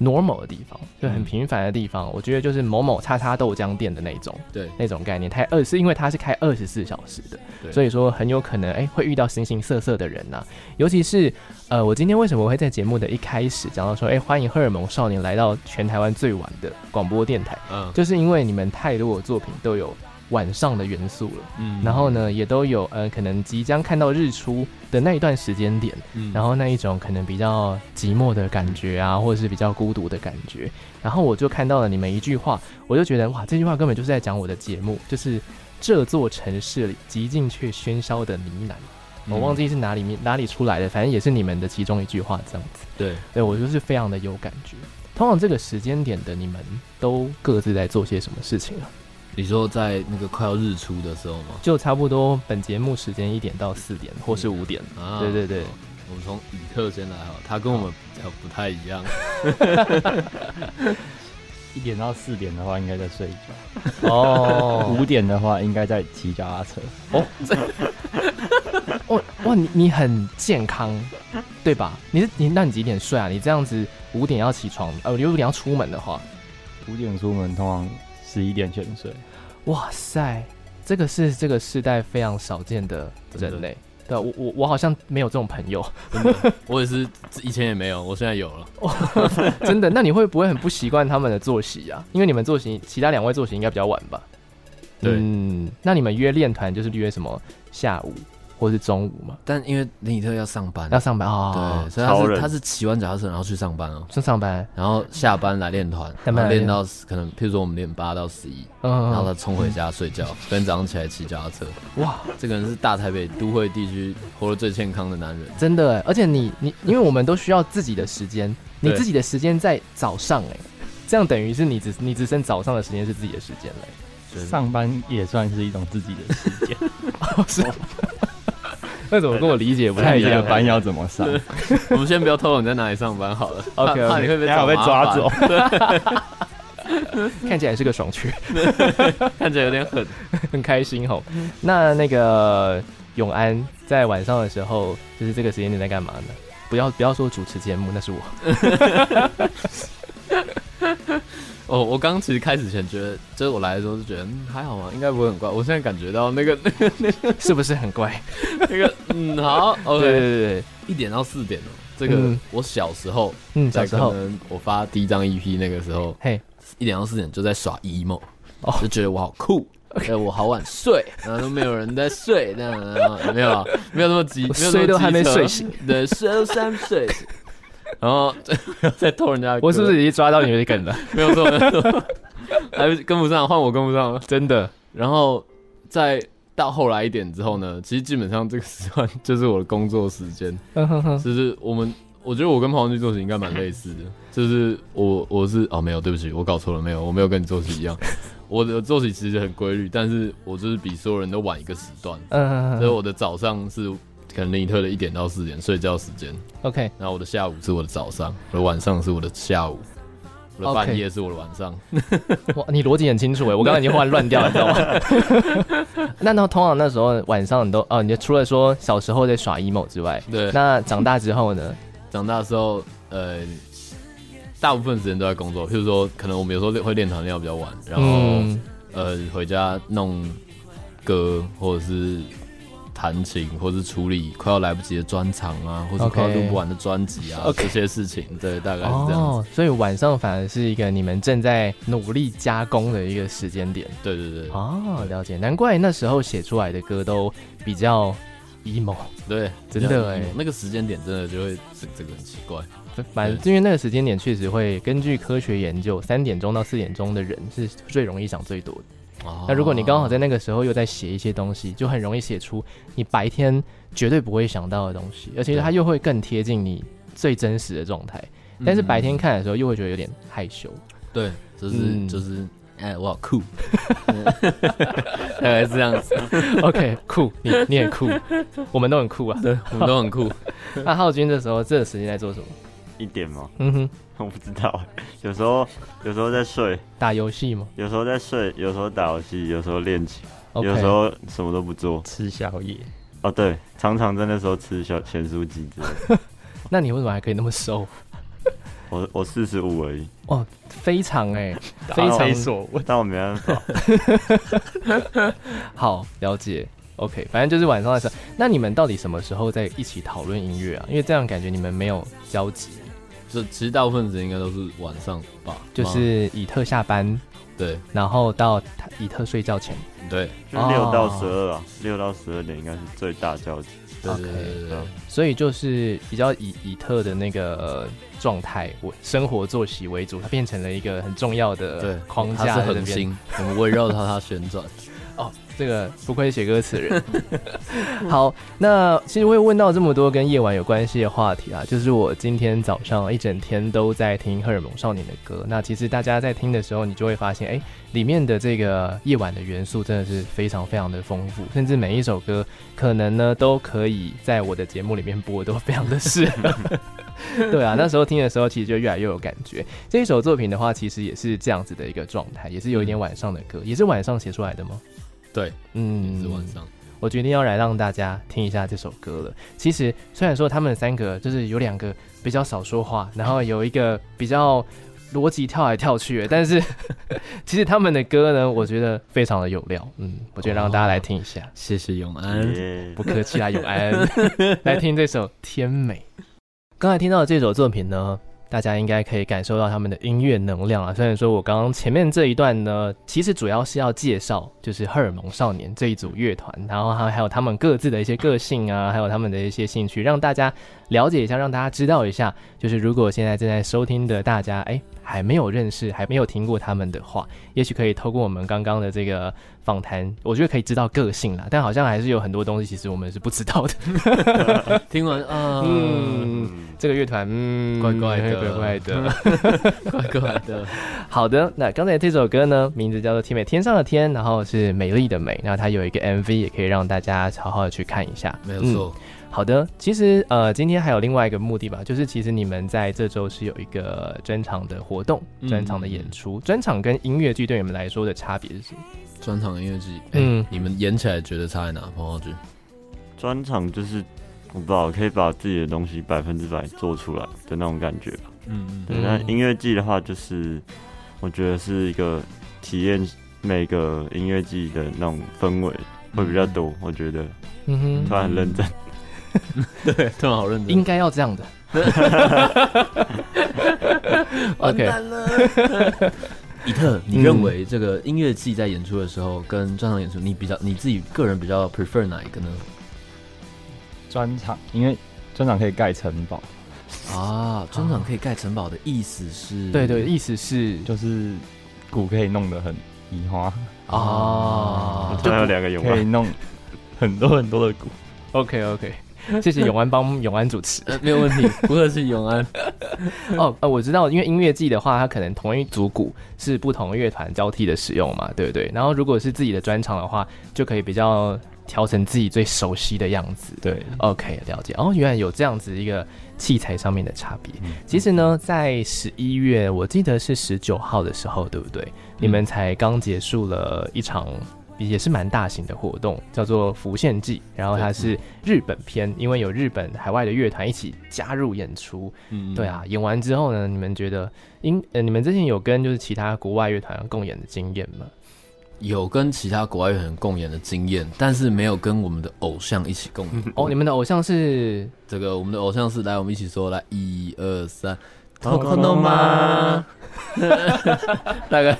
S1: normal 的地方，就很
S3: 嗯
S1: 平凡的地方。我觉得就是某某叉叉豆浆店的那种
S3: 对，
S1: 那种概念，它二是因为它是开二十四小时的，
S3: 对
S1: 所以说很有可能哎、会遇到形形色色的人呐、尤其是呃我今天为什么会在节目的一开始讲到说哎、欢迎荷尔蒙少年来到全台湾最晚的广播电台，
S3: 嗯
S1: 就是因为你们太多的作品都有晚上的元素了，
S3: 嗯
S1: 然后，呢也都有呃可能即将看到日出的那一段时间点，
S3: 嗯
S1: 然后那一种可能比较寂寞的感觉啊，或者是比较孤独的感觉。然后我就看到了你们一句话，我就觉得哇，这句话根本就是在讲我的节目，就是这座城市里极尽却喧嚣的呢喃。
S3: 嗯
S1: 我忘记是哪里面哪里出来的，反正也是你们的其中一句话这样子。
S3: 对，
S1: 对我就是非常的有感觉。通常这个时间点的你们都各自在做些什么事情啊？
S3: 你说在那个快要日出的时候吗？
S1: 就差不多本节目时间一点到四点或是五点。
S3: 啊
S1: 对对对，
S3: 我们从以特先来哈，他跟我们比较不太一样。
S4: 一点到四点的话，应该在睡觉；
S1: 哦
S4: 五点的话，应该在骑脚踏车。
S1: 哇哇，你你很健康，对吧？你是你那你几点睡啊？你这样子五点要起床，呃，六点要出门的话，
S4: 五点出门，通常十一点前睡。
S1: 哇塞，这个是这个世代非常少见的
S3: 真
S1: 人
S3: 的
S1: 类。对啊我我我好像没有这种朋友，
S3: 我也是以前也没有，我现在有了。
S1: 真的。那你会不会很不习惯他们的作息啊？因为你们作息，其他两位作息应该比较晚吧？
S3: 对
S1: 嗯，那你们约练团就是约什么下午或是中午嘛？
S3: 但因为林以特要上班
S1: 要，上班啊
S3: 对，？所以他
S2: 超
S3: 是
S2: 人
S3: 他是骑完脚踏车然后去上班哦，
S1: 正上班，
S3: 然后下班来练团，
S1: 下班
S3: 然后
S1: 来练
S3: 练到可能，譬如说我们练八到十一，
S1: 嗯，
S3: 然后他冲回家睡觉，跟早上起来骑脚踏车。
S1: 哇，
S3: 这个人是大台北都会地区活得最健康的 男人。
S1: 真的欸，而且你你，因为我们都需要自己的时 间，你
S3: 对
S1: 自己的时间在早上哎，这样等于是你只你只剩早上的时间是自己的时间了
S3: 对
S4: 上班也算是一种自己的，
S1: 欸，是？那怎么跟我理解不太
S4: 看
S1: 一
S4: 你的
S1: 样？
S4: 班要怎么上。
S3: 我们先不要透露你在哪里上班好了
S1: OK，OK
S3: 怕怕你会被
S4: 等下我被
S3: 找麻
S4: 抓
S3: 烦
S4: 走，
S1: 看起来是个爽区，
S3: 看起来有点狠。
S1: 很开心吼。那那个永安在晚上的时候，就是这个时间点在干嘛呢？不要不要说主持节目，那是我。
S3: 哦，我刚其实开始前觉得，就是我来的时候就觉得、嗯、还好嘛，应该不会很怪。我现在感觉到那个
S1: 是不是很怪？
S3: 那个，嗯，好
S1: 对
S3: ，OK，
S1: 对对对，
S3: 一点到四点哦。这个、
S1: 嗯
S3: 我小时候，
S1: 嗯，小
S3: 在
S1: 时
S3: 可
S1: 候，
S3: 能我发第一张 EP 那个时候，
S1: 嘿，
S3: 一点到四点就在耍 emo，、
S1: 哦
S3: 就觉得我好酷。哎，我好晚睡，然后都没有人在睡，这样然后 没有啊没有那么急，没有那么
S1: 睡都还没
S3: 机车
S1: 睡醒，
S3: 对，睡都还没睡醒，然后 再偷人家的歌，
S1: 我是不是已经抓到你的梗了？
S3: 没有错，没有错，还不跟不上，换我跟不上了。
S1: 真的，
S3: 然后再到后来一点之后呢，其实基本上这个时段就是我的工作时间，
S1: 嗯哼哼，
S3: 就是我们，我觉得我跟庞文俊作息应该蛮类似的，就是我我是哦没有，对不起，我搞错了，没有，我没有跟你作息一样， 我的作息其实很规律，但是我就是比所有人都晚一个时段，
S1: 嗯哼
S3: 所以
S1: 哼
S3: 我的早上是可能林特的一点到四点睡觉时间，
S1: ，OK，
S3: 然后我的下午是我的早上，我的晚上是我的下午，我的半
S1: OK
S3: 夜是我的晚上。
S1: 哇，你逻辑很清楚哎，我刚刚已经忽然乱掉了，你知道吗？ 那那通常那时候晚上你都哦，你就除了说小时候在耍 emo 之外，
S3: 对，
S1: 那长大之后呢？
S3: 长大之后，呃，大部分时间都在工作。譬如说，可能我们有时候会练团练到比较晚，然后、
S1: 嗯，
S3: 呃回家弄歌，或者是弹琴，或者是处理快要来不及的专场啊，或者
S1: OK
S3: 快要录不完的专辑啊
S1: OK
S3: 这些事情，对，大概是这样子。
S1: 哦，所以晚上反而是一个你们正在努力加工的一个时间点
S3: 对对对、
S1: 哦，了解，难怪那时候写出来的歌都比较 emo，
S3: 对，
S1: 真
S3: 这样
S1: 的欸
S3: 那个时间点真的就会这这个很奇怪。
S1: 蛮因为那个时间点确实会根据科学研究，三点钟到四点钟的人是最容易想最多的。
S3: 哦
S1: 那如果你刚好在那个时候又在写一些东西，就很容易写出你白天绝对不会想到的东西，而且它又会更贴近你最真实的状态。
S2: 嗯
S1: 但是白天看的时候又会觉得有点害 羞。
S3: 对，就是、
S1: 嗯
S3: 就是，哎、我好酷，大概是这样子，
S1: OK，酷，你你很 酷，我们都很酷啊。
S3: 我们都很酷。
S1: 那浩君这时候这个时间在做什么？
S2: 一点吗？
S1: 嗯哼，
S2: 我不知道，有时候有时候在睡，
S1: 打游戏吗
S2: 有时候在睡，有时候打游戏，有时候练琴，
S1: ？OK，
S2: 有时候什么都不做。
S4: 吃宵夜，
S2: 哦，对，常常在那时候吃小咸酥鸡之类的。
S1: 那你为什么还可以那么瘦？
S2: 我我四十五而已，
S1: 哦，非常哎、 非
S2: 非
S1: 常
S4: 所问。
S2: 但我没办法。
S1: 好，了解。OK，反正就是晚上的时候。那你们到底什么时候在一起讨论音乐啊？因为这样感觉你们没有交集，
S3: 就其实大部分时间应该都是晚上吧，
S1: 就是以特下班，
S3: 对
S1: 然后到他以特睡觉前。
S3: 对
S2: 就
S1: 哦
S2: 六到十二啊，六到十二点应该是最大交集。
S3: 对
S1: OK
S3: 对对对，
S1: 所以就是比较以以特的那个呃状态、我生活作息为主，它变成了一个很重要的
S3: 对，
S1: 框
S3: 它
S1: 架
S3: 是
S1: 在那
S3: 恒
S1: 边。
S3: 星，我们围绕着它旋转。
S1: 哦，这个不愧是写歌词的人。 好，那其实会问到这么多跟夜晚有关系的话题啊，就是我今天早上一整天都在听荷尔蒙少年的歌。那其实大家在听的时候，你就会发现，哎、里面的这个夜晚的元素真的是非常非常的丰富，甚至每一首歌可能呢都可以在我的节目里面播，都非常的 适合。对啊，那时候听的时候，其实就越来越有感觉。这一首作品的话，其实也是这样子的一个状态，也是有一点晚上的歌，也是晚上写出来的吗？
S3: 对，也
S1: 嗯，
S3: 是晚上。
S1: 我决定要来让大家听一下这首歌了。其实虽然说他们三个就是有两个比较少说话，然后有一个比较逻辑跳来跳去的，但是 其实他们的歌呢，我觉得非常的有料。嗯，我觉得让大家来听一下，
S3: 谢谢永安。
S2: 耶
S1: 不客气啦，永安， 来听这首《天美》。刚才听到的这首作品呢，大家应该可以感受到他们的音乐能量啊。虽然说我刚刚前面这一段呢，其实主要是要介绍就是荷尔蒙少年这一组乐团，然后还还有他们各自的一些个性啊，还有他们的一些兴趣，让大家了解一下，让大家知道一下。就是如果现在正在收听的大家，哎，还没有认识，还没有听过他们的话，也许可以透过我们刚刚的这个访谈，我觉得可以知道个性啦。但好像还是有很多东西，其实我们是不知道的。
S3: 听完啊，
S1: 嗯， 这个乐团，嗯，
S3: 怪怪的
S1: 怪怪的。
S3: 怪怪的，
S1: 好的，那刚才这首歌呢，名字叫做《天美》，天上的天，然后是美丽的美，那它有一个 MV，也可以让大家好好的去看一下。
S3: 没有
S1: 嗯
S3: 错。
S1: 好的，其实呃，今天还有另外一个目的吧，就是其实你们在这周是有一个专场的活动、
S3: 嗯
S1: 专场的演出，专场跟音乐剧对你们来说的差别是什么？
S3: 专场音乐剧，嗯、
S1: 嗯
S3: 你们演起来觉得差在哪？彭浩君，
S2: 专场就是我不知道，可以把自己的东西百分之百做出来的那种感觉吧。
S3: 嗯
S2: 对，
S1: 嗯
S2: 那音乐季的话，就是我觉得是一个体验每个音乐季的那种氛围会比较多。我觉得
S1: 嗯哼，
S2: 突然很认真，
S3: 对，突然好认真
S1: 应，该要这 样的。
S3: 完
S1: OK，
S3: 蛋了。 以特，你认为嗯这个音乐季在演出的时候跟专场演出，你比较你自己个人比较 prefer 哪一个呢？
S4: 专场，因为专场可以盖城堡，
S3: 啊，专场可以盖城堡的意思是？
S1: 对对，意思是
S4: 就是鼓可以弄得很移花，
S1: 啊
S3: 啊，
S2: 突然有两个永
S4: 可以
S2: 安，
S4: 弄很多很多的鼓。
S1: OK OK，谢谢永安帮永安主持。
S3: 呃，没有问题，不客气，永安。
S1: 哦，呃，我知道，因为音乐季的话，它可能同一组鼓是不同乐团交替的使用嘛，对不对？然后如果是自己的专场的话，就可以比较调成自己最熟悉的样子。
S4: 对，
S1: OK，了解。哦，原来有这样子一个器材上面的差别。其实呢，在十一月，我记得是十九号的时候，对不对？你们才刚结束了一场也是蛮大型的活动，叫做《浮现记》，然后它是日本片，因为有日本海外的乐团一起加入演出。
S3: 嗯
S1: 对，啊，演完之后呢，你们觉得因呃，你们之前有跟就是其他国外乐团共演的经验 吗？
S3: 有跟其他国外乐团共演的经验，但是没有跟我们的偶像一起共演。
S1: 哦，你们的偶像是
S3: 这个我们的偶像是来，我们一起说来，一二 三，
S2: トコ
S3: o
S2: ノ
S3: 吗
S2: マ？
S3: 大概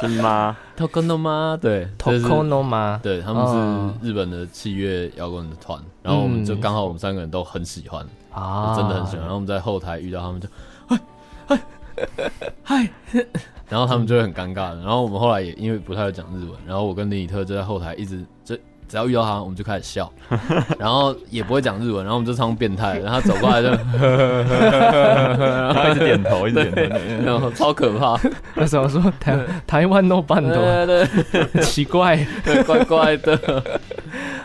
S2: 是吗？
S3: t o k o n o 吗？对
S1: t o k o n o 吗？
S3: 对，他们是日本的器乐摇滚的团，然后我们就刚好我们三个人都很喜欢，
S1: 啊
S3: 真的很喜欢。然后我们在后台遇到他们就，嗨嗨嗨， 然后他们就会很尴尬。然后我们后来也因为不太会讲日文，然后我跟林以特就在后台一直就只要遇到他，我们就开始笑，然后也不会讲日文，然后我们就唱变态，然后他走过来就，
S4: 然后一直点头，一直点头。
S3: 然后超可怕，
S1: 那时候说 台台湾 no band，
S3: 对 对
S1: 奇 怪
S3: 对，怪怪的，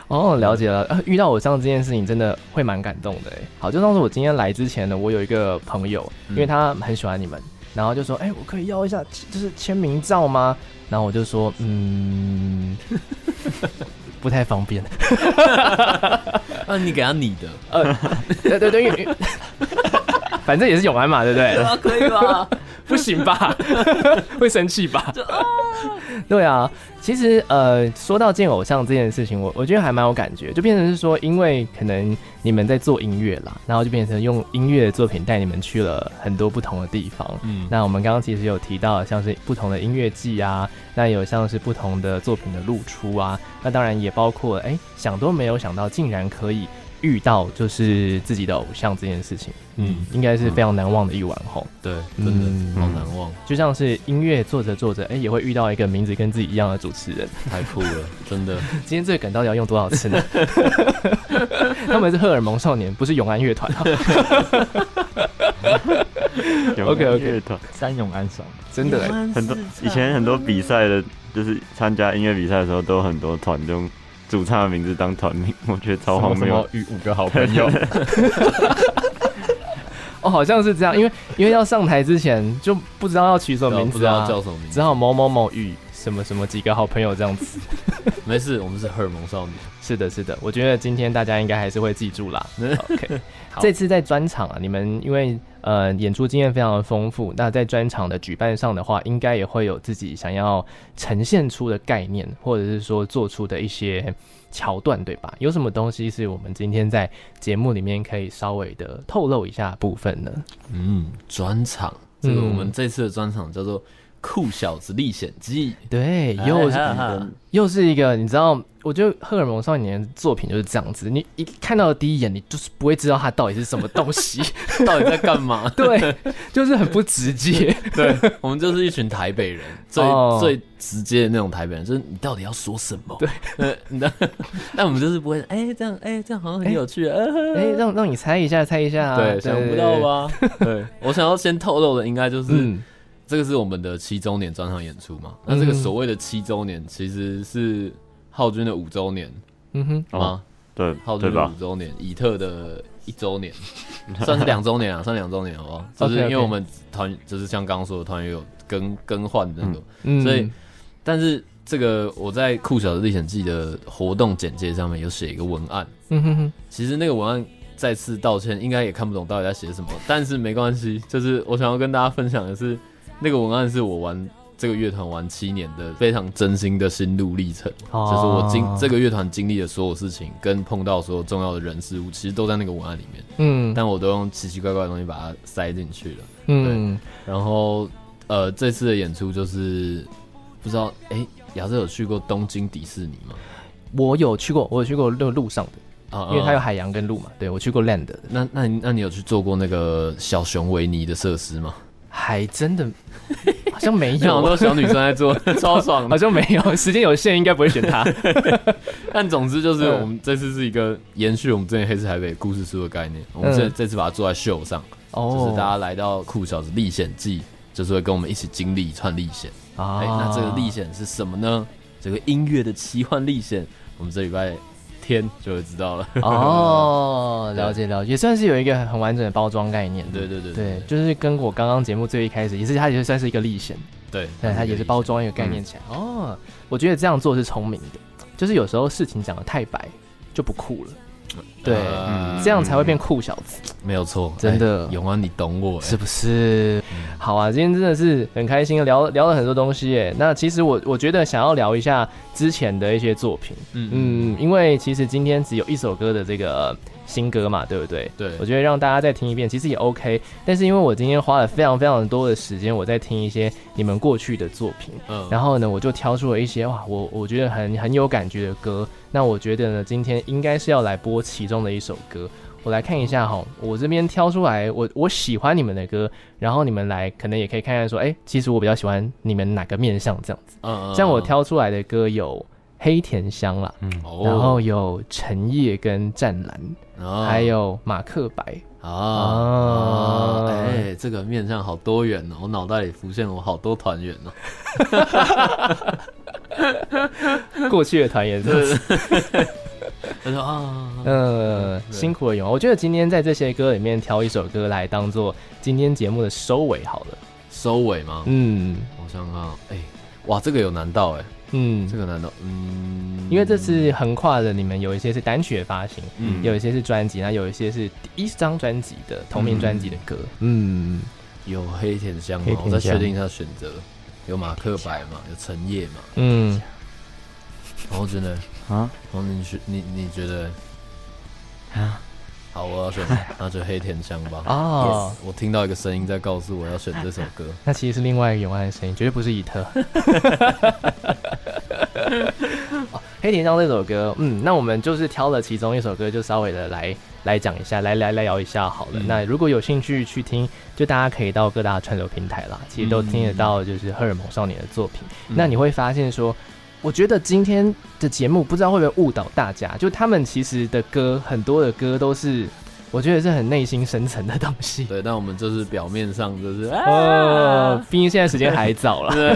S1: 哦，了解了。呃遇到偶像这件事情真的会蛮感动的哎。好，就当时我今天来之前呢，我有一个朋友，因
S3: 嗯
S1: 为他很喜欢你们，然后就说：“哎、我可以要一下就是签名照吗？”然后我就说：“ 嗯，不太方便。”
S3: 那你给他你的，
S1: 对对对，因为 因为反正也是永安嘛，对不对？
S3: 啊，可以吧？
S1: 不行 吧？会生气吧？啊对啊，其实呃，说到见偶像这件事情，我我觉得还蛮有感觉，就变成是说，因为可能你们在做音乐啦，然后就变成用音乐的作品带你们去了很多不同的地方。
S3: 嗯，
S1: 那我们刚刚其实有提到，像是不同的音乐季啊，那有像是不同的作品的露出啊，那当然也包括哎、想都没有想到，竟然可以遇到就是自己的偶像这件事情，
S3: 嗯，
S1: 应该是非常难忘的一晚后。
S3: 对，真的、
S1: 嗯
S3: 好难忘，
S1: 就像是音乐做着做着，哎、也会遇到一个名字跟自己一样的主持人。
S3: 太酷了，真的，
S1: 今天这个梗到底要用多少次 呢？ 他们是荷尔蒙少年，不是永安乐团、 啊，OK，OK
S2: 乐团
S4: 三永安爽，
S1: 真的、欸。
S2: 很多以前很多比赛的，就是参加音乐比赛的时候，都有很多团就用主唱的名字当团名，我觉得超荒
S4: 什
S2: 谬
S4: 么。与五个好朋友，
S1: 哦，好像是这样，因为因为要上台之前就不知道要取什么名
S3: 不
S1: 字
S3: 知道
S1: 啊，
S3: 叫什么名
S1: 只
S3: 字，
S1: 好某某某与什么什么几个好朋友这样子。
S3: 没事，我们是荷尔蒙少女，
S1: 是的，是的，我觉得今天大家应该还是会记住啦。OK，这次在专场啊，你们因为呃演出经验非常的丰富，那在专场的举办上的话，应该也会有自己想要呈现出的概念，或者是说做出的一些桥段，对吧？有什么东西是我们今天在节目里面可以稍微的透露一下的部分呢？
S3: 嗯，专场，这个
S1: 嗯
S3: 我们这次的专场叫做《酷小子历险记
S1: 对，》，又是
S3: 哎哈哈
S1: 又是一个，你知道，我觉得荷尔蒙少年的作品就是这样子，你一看到的第一眼，你就是不会知道它到底是什么东西。？
S3: 到底在干嘛
S1: 对，就是很不直接。
S3: 对，我们就是一群台北人，最、
S1: 哦
S3: 最直接的那种台北人，就是你到底要说什么？对，呃，那那我们就是不会，哎、这样，哎、这样好像很有趣，呃呵呵
S1: 哎、让让你猜一下，猜一下、啊。
S3: 对，想不 到？吧？对，我想要先透露的应该就是、
S1: 嗯，
S3: 这个是我们的七周年专场演出嘛？那这个所谓的七周年其实是浩君的五周年
S1: 嗯哼，
S2: 哦
S3: 吗？
S2: 对
S3: 浩
S2: 对
S3: 君的
S2: 吧
S3: 五？周年，以特的一周年， 算是两周年啊，算两周年好不好？就是因为
S1: OK，OK
S3: 我们团，就是像刚刚说的团员有更更换那个，
S1: 嗯
S3: 所以但是这个我在酷小的历险记的活动简介上面有写一个文案，
S1: 嗯哼哼，
S3: 其实那个文案再次道歉，应该也看不懂到底在写什么，但是没关系，就是我想要跟大家分享的是，那个文案是我玩这个乐团玩七年的非常真心的心路历程，
S1: 哦
S3: 就是我经这个乐团经历的所有事情，跟碰到所有重要的人事物，其实都在那个文案里面，
S1: 嗯
S3: 但我都用奇奇怪怪的东西把它塞进去了。
S1: 嗯，
S3: 然后呃，这次的演出就是不知道哎，亚、瑟有去过东京迪士尼吗？
S1: 我有去过，我有去过路路上的，
S3: 啊
S1: 因为它有
S3: 啊
S1: 海洋跟路嘛。对，我去过 land 的，
S3: 那那你那你有去做过那个小熊维尼的设施吗？
S1: 还真 的好像没
S3: 有很
S1: 有
S3: 多。小女生在 做，超爽
S1: 好
S3: 的。
S1: 像没有，时间有限，应该不会选它。
S3: 但总之就是，
S1: 嗯
S3: 我们这次是一个延续我们之前黑市台北故事书的概念，我们这
S1: 嗯
S3: 这次把它做在秀上，
S1: 哦
S3: 就是大家来到酷小子历险记，就是会跟我们一起经历一串历险。
S1: 啊
S3: 哎、那这个历险是什么呢？这个音乐的奇幻历险，我们这礼拜天就会知道了。
S1: 哦，了解了解，也算是有一个很很完整的包装概念。
S3: 对对对
S1: 对，就是跟我刚刚节目最一开始，也是它也算是一个历险。
S3: 对，
S1: 对，它也是包装一个概念起来。哦，我觉得这样做是聪明的，就是有时候事情讲的太白就不酷了，对
S3: 呃
S1: 这样才会变酷小子，
S3: 没有错，
S1: 真的
S3: 哎永安，你懂我、哎
S1: 是不是？好啊，今天真的是很开心，聊聊了很多东西耶。那其实我我觉得想要聊一下之前的一些作品，嗯，因为其实今天只有一首歌的这个呃新歌嘛，对不对？
S3: 对
S1: 我觉得让大家再听一遍，其实也 OK。但是因为我今天花了非常非常多的时间，我在听一些你们过去的作品，
S3: 嗯
S1: 然后呢，我就挑出了一些哇，我我觉得很很有感觉的歌。那我觉得呢，今天应该是要来播其中的一首歌。我来看一下哈，我这边挑出来，我我喜欢你们的歌，然后你们来可能也可以看看说，哎、其实我比较喜欢你们哪个面向这样子。
S3: 嗯
S1: 像我，挑出来的歌有黑田香啦，
S3: 嗯哦
S1: 然后有陈叶跟湛蓝，
S3: 哦
S1: 还有马克白，
S3: 啊
S1: 哦
S3: 啊！哎，这个面向好多元哦，我脑袋里浮现我好多团员哦。
S1: 过去的团员这样子。
S3: 他说啊，
S1: 嗯，辛苦了勇。我觉得今天在这些歌里面挑一首歌来当做今天节目的收尾好了。
S3: 收尾吗？
S1: 嗯
S3: 我想想看，哎，哇，这个有难到哎，
S1: 嗯
S3: 这，个难到，嗯，
S1: 因为这次横跨了你们有一些是单曲的发行，
S3: 嗯
S1: 有一些是专辑，那有一些是第一张专辑的同名专辑的歌。嗯，
S3: 有黑田香
S4: 黑
S3: 嘛，
S4: 田
S3: 我再
S4: 香
S3: 确定一下选择，有马克白嘛，有陈叶嘛，
S1: 嗯，
S3: 然后真的，
S4: 啊
S3: 然后你觉你你觉得，
S4: 啊，
S3: 好，我要选，那就黑田香吧。
S1: 哦，
S3: 我听到一个声音在告诉我要选这首歌，
S1: 那其实是另外一个永安的声音，绝对不是以特。哦黑田章这首歌，嗯，那我们就是挑了其中一首歌，就稍微的来来讲一下，来来来聊一下好了。
S3: 嗯
S1: 那如果有兴趣去听，就大家可以到各大串流平台
S3: 嗯
S1: 啦，其实都听得到，就是荷尔蒙少年的作品。那你会发现说，我觉得今天的节目不知道会不会误导大家，就他们其实的歌很多的歌都是，我觉得是很内心深层的东西。
S3: 对，但我们就是表面上就是
S1: 哦
S3: 啊，，
S1: 毕竟现在时间还早了，
S3: 对，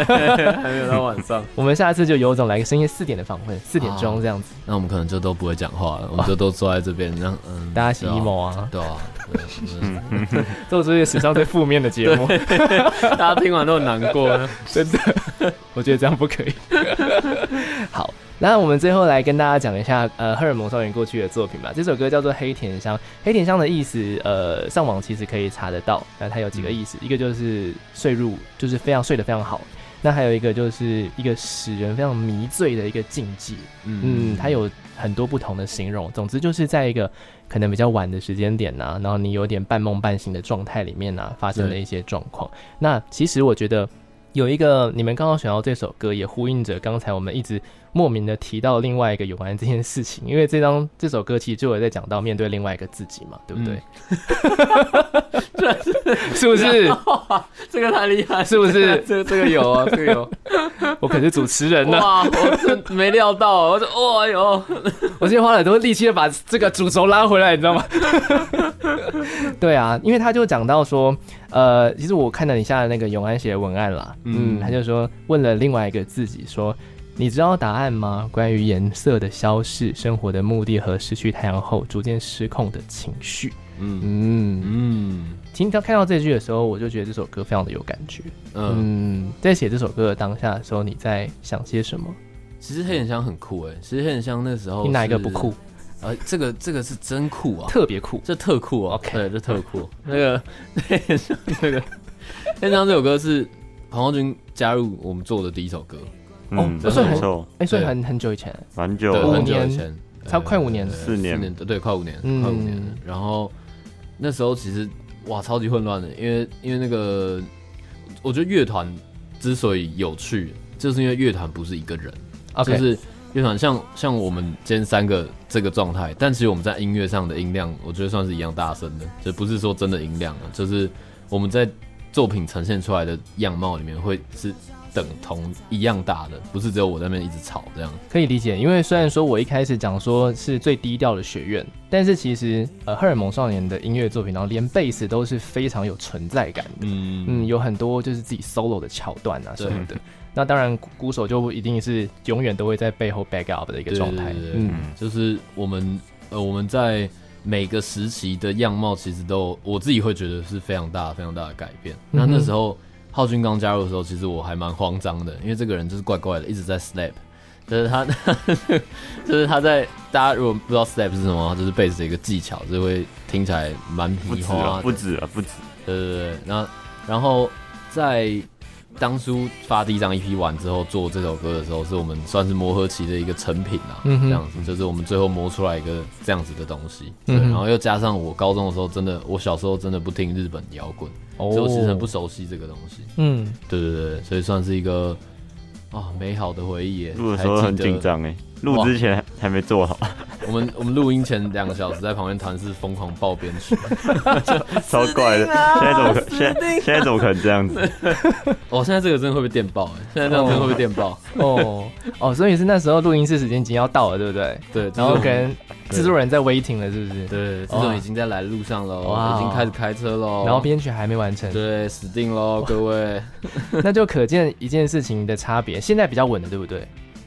S3: 还没有到晚上，
S1: 我们下次就有种来个深夜四点的访问，四点钟这样子，
S3: 那我们可能就都不会讲话了，我们就都坐在这边，让嗯，
S1: 大家一起
S3: 对啊
S1: emo 啊，
S3: 对啊，对啊啊嗯
S1: 做出一个史上最负面的节目，
S3: 大家听完都很难过。
S1: 真的，我觉得这样不可以。 好，那我们最后来跟大家讲一下，呃，荷尔蒙少年过去的作品吧。这首歌叫做《黑田香》，黑田香的意思，呃，上网其实可以查得到。那它有几个意思，一个就是睡入，就是非常睡得非常好。那还有一个就是一个使人非常迷醉的一个境界，嗯，它有很多不同的形容。总之就是在一个可能比较晚的时间点呐、啊然后你有点半梦半醒的状态里面呐、发生了
S3: 对
S1: 一些状况。那其实我觉得有一个你们刚刚选到这首歌，也呼应着刚才我们一直莫名的提到另外一个有关这件事情，因为这张这首歌其实就有在讲到面对另外一个自己嘛，对不对？是不是？
S3: 这个太厉害，
S1: 是不是
S3: 这个这个有啊，这个有。
S1: 我可是主持人呢、
S3: 哇，我 真没料到，我说哇哎呦，
S1: 我今天花了很多力气把这个主轴拉回来，你知道吗？ 对啊，因为他就讲到说，呃，其实我看了你下的那个永安写的文案啦，嗯，
S3: 嗯
S1: 他就说问了另外一个自己说，你知道答案吗？关于颜色的消逝、生活的目的和失去太阳后逐渐失控的情绪。
S3: 嗯
S1: 嗯，
S3: 嗯
S1: 听到看到这句的时候，我就觉得这首歌非常的有感觉。
S3: 嗯，
S1: 嗯，在写这首歌的当下的时候，你在想些什么？
S3: 其实黑眼香很酷哎，其实黑眼香那时候
S1: 你哪一个
S3: 是
S1: 不酷？？
S3: 呃，这个这个是真酷啊，
S1: 特别酷。
S3: 这特酷啊
S1: OK
S3: 对，这特酷。那个 黑眼香那个黑眼香这首歌是庞浩君加入我们做的第一首歌，
S2: 嗯，
S1: 这是很
S2: 没错，
S1: 哎、所以
S3: 对
S1: 很很久以前，
S2: 蛮久
S3: 对，
S1: 五
S2: 了
S3: 很久
S1: 年
S3: 以前，
S1: 差
S3: 呃
S1: 不多快五年了
S2: 四年
S3: 的，对，快五年，
S1: 嗯
S3: 快五年了。然后那时候其实哇，超级混乱的，因为因为那个，我觉得乐团之所以有趣，就是因为乐团不是一个人
S1: OK，
S3: 就是乐团像像我们今天三个这个状态，但其实我们在音乐上的音量，我觉得算是一样大声的，就不是说真的音量啊，就是我们在作品呈现出来的样貌里面会是等同一样大的，不是只有我在那边一直吵这样。
S1: 可以理解，因为虽然说我一开始讲说是最低调的学院，但是其实呃，荷尔蒙少年的音乐作品当中，连贝斯都是非常有存在感的。嗯，有很多就是自己 solo 的桥段啊什么的。那当然，鼓鼓手就一定是永远都会在背后 back up 的一个状态。
S3: 对对对对
S1: 嗯，
S3: 就是我们呃我们在每个时期的样貌，其实都有我自己会觉得是非常大非常大的改变。那
S1: 嗯哼
S3: 那时候浩君刚加入的时候，其实我还蛮慌张的，因为这个人就是怪怪的，一直在 snap。就是他，就是他在大家如果不知道 snap 是什么，就是贝斯的一个技巧，就会听起来蛮
S2: 不
S3: 皮
S2: 止
S3: 花
S2: 啊，
S3: 的
S2: 不止啊，不止。
S3: 对对对，那然后在当初发第一张 EP 完之后做这首歌的时候，是我们算是磨合期的一个成品啊，
S1: 嗯哼
S3: 这样子就是我们最后磨出来一个这样子的东西。对，
S1: 嗯哼
S3: 然后又加上我高中的时候真的，我小时候真的不听日本摇滚，
S1: 哦
S3: 所以我其实很不熟悉这个东西。
S1: 嗯，
S3: 对对对，所以算是一个啊美好的回忆耶。
S2: 录的时候很
S3: 还记得
S2: 紧张哎，录之前还还没做好，
S3: 我们我们录音前两个小时在旁边弹是疯狂爆编曲，
S2: 超怪的。现在怎么可现在现在怎么可能这样子？
S3: 哦，现在这个真的会被电爆哎，现在这样真的会被电爆。
S1: 哦哦，所以是那时候录音室时间已经要到了，对不对？
S3: 对，这
S1: 然后
S3: 种
S1: 跟制作人在 waiting 了，是不是？
S3: 对，这
S1: 哇
S3: 种已经在来路上
S1: 哇哦
S3: 喽，已经开始开车喽，
S1: 然后编曲还没完成，
S3: 对死定喽，各位。
S1: 那就可见一件事情的差别。现在比较稳了，对不对？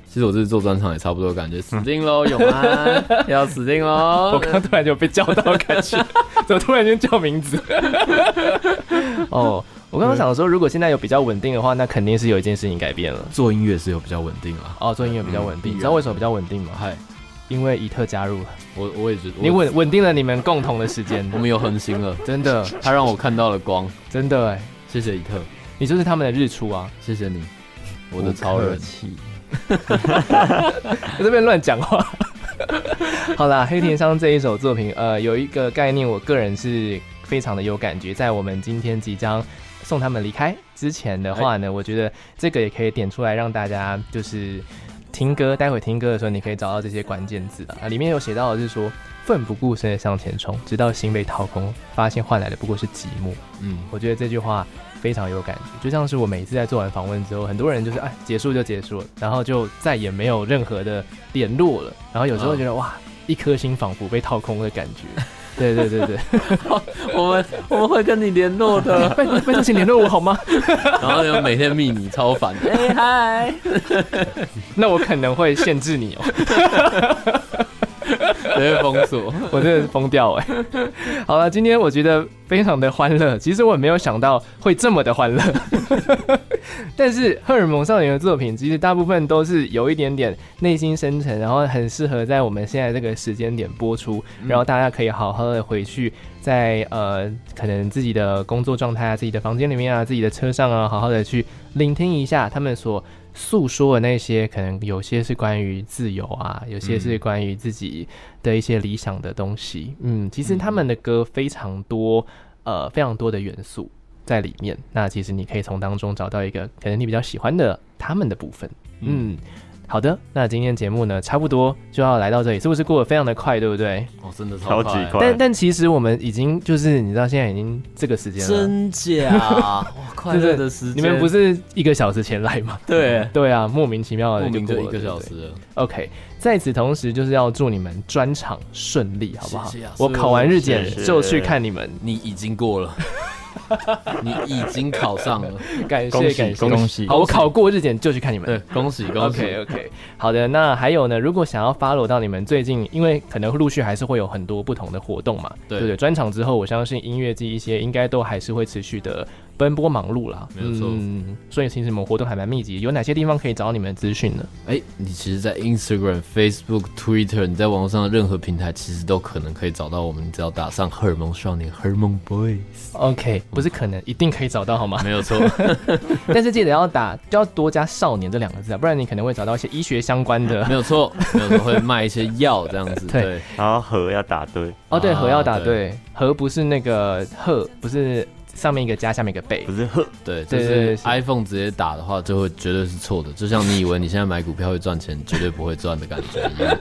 S3: 其实我这次做专场也差不多，感觉死定 喽，永安要死定
S1: 我
S3: 喽。
S1: 刚突然就被叫到，感 觉怎么突然间叫名字？哦，我刚刚想说，如果现在有比较稳定的话，那肯定是有一件事情改变了。
S3: 做音乐是有比较稳定啊，
S1: 哦，做音乐比较稳定，
S3: 嗯
S1: 你知道为什么比较稳定吗？
S3: 嗨，
S1: 因为伊特加入了，
S3: 我我也觉得，
S1: 你
S3: 我
S1: 稳稳定了你们共同的时间
S3: 我，们有恒星了，
S1: 真的
S3: 他让我看到了光，
S1: 真的哎，
S3: 谢谢伊特，
S1: 你就是他们的日出啊！
S3: 谢谢你，我的超人。
S4: 气，
S1: 我这边乱讲话。好啦，《黑田商》这一首作品，呃，有一个概念，我个人是非常的有感觉。在我们今天即将送哎他们离开之前的话呢，我觉得这个也可以点出来，让大家就是。听歌，待会听歌的时候，你可以找到这些关键字啊。啊里面有写到的是说，奋不顾身的向前冲，直到心被掏空，发现换来的不过是寂寞。
S3: 嗯，
S1: 我觉得这句话非常有感觉，就像是我每次在做完访问之后，很多人就是哎结束就结束了，然后就再也没有任何的联络了。然后有时候觉得、哇，一颗心仿佛被掏空的感 觉。对对对对，
S3: 我们我们会跟你联络的，
S1: 拜托拜托，请联络我好吗？
S3: 然后就每天密你，超 烦的。哎嗨，
S1: 那我可能会限制你哦。
S3: 直接封锁。
S1: 我真的是疯掉哎、好了，今天我觉得非常的欢乐，其实我也没有想到会这么的欢乐。但是荷尔蒙少年的作品，其实大部分都是有一点点内心深沉，然后很适合在我们现在这个时间点播出，然后大家可以好好的回去在呃，可能自己的工作状态啊、自己的房间里面啊、自己的车上啊，好好的去聆听一下他们所诉说的那些，可能有些是关于自由啊，有些是关于自己的一些理想的东西。嗯，其实他们的歌非常多，呃，非常多的元素在里面。那其实你可以从当中找到一个可能你比较喜欢的他们的部分。嗯。好的，那今天节目呢，差不多就要来到这里，是不是过得非常的快，对不对？
S3: 哦，真的
S2: 超
S3: 超
S2: 级
S3: 快
S2: 快，
S1: 但但其实我们已经就是你知道现在已经这个时间了，
S3: 真假？ 哇，快乐的时间，
S1: 你们不是一个小时前来吗？
S3: 对
S1: 对啊，莫名其妙的
S3: 莫名
S1: 过
S3: 就
S1: 了
S3: 一个
S1: 对
S3: 小
S1: 对
S3: 时 了，
S1: OK，在此同时，就是要祝你们专场顺利，好不好？
S3: 谢谢啊
S1: 我考完日检
S2: 谢谢
S1: 就去看你们，
S3: 你已经过了，你已经考上了，
S1: 感
S2: 恭
S1: 谢
S2: 喜
S1: 感谢。
S4: 恭喜
S1: 好，我考过日检就去看你们。
S3: 对，恭喜恭喜
S1: OK OK，好的，那还有呢？如果想要 follow 到你们最近，因为可能陆续还是会有很多不同的活动嘛，
S3: 对
S1: 对不对？专场之后，我相信音乐季一些应该都还是会持续的奔波忙碌啦。
S3: 没有错
S1: 嗯，所以其实你们活动还蛮密集，有哪些地方可以找你们资讯呢？
S3: 哎、你其实，在 Instagram、Facebook、Twitter，你在网络上的任何平台，其实都可能可以找到我们。你只要打上“荷尔蒙少年”、“荷尔蒙 boys”，
S1: OK，不是可能，一定可以找到好 吗？
S3: 没有错。
S1: 但是记得要打，就要多加“少年”这两个字啊，不然你可能会找到一些医学相关的
S3: 没。有错，没有错，会卖一些药这样子。
S1: 对
S3: 对，
S2: 然后和要打对，
S1: 哦，对，和要打
S3: 啊
S1: 对，和不是那个鹤，不是上面一个加下面一个贝
S2: 不。是呵，
S3: 对，就
S1: 对对对
S3: 是
S1: 是
S3: iPhone 直接打的话，就会绝对是错的。就像你以为你现在买股票会赚钱，绝对不会赚的感觉一样。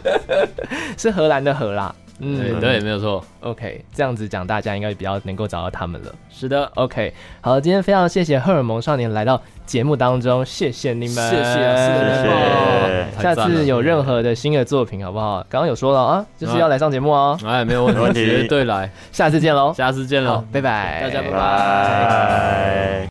S1: 是荷兰的荷啦。
S3: 对
S1: 嗯
S3: 对，没有错。
S1: ，OK，这样子讲，大家应该比较能够找到他们了。
S3: 是的，
S1: OK，好，今天非常谢谢荷尔蒙少年来到节目当中，谢谢你们，
S3: 谢谢啊是的
S2: 谢谢
S3: 哦太
S1: 下
S3: 赞了
S1: 次有任何的新的作品，好不好？刚刚有说了啊，就是要来上节目哦，
S3: 哎，没有问
S2: 没问
S3: 题，
S2: 题
S3: 绝对来。
S1: 下次见喽，
S3: 下次见
S1: 好
S3: 了，，
S1: 拜拜，
S3: 大家拜拜
S2: 拜。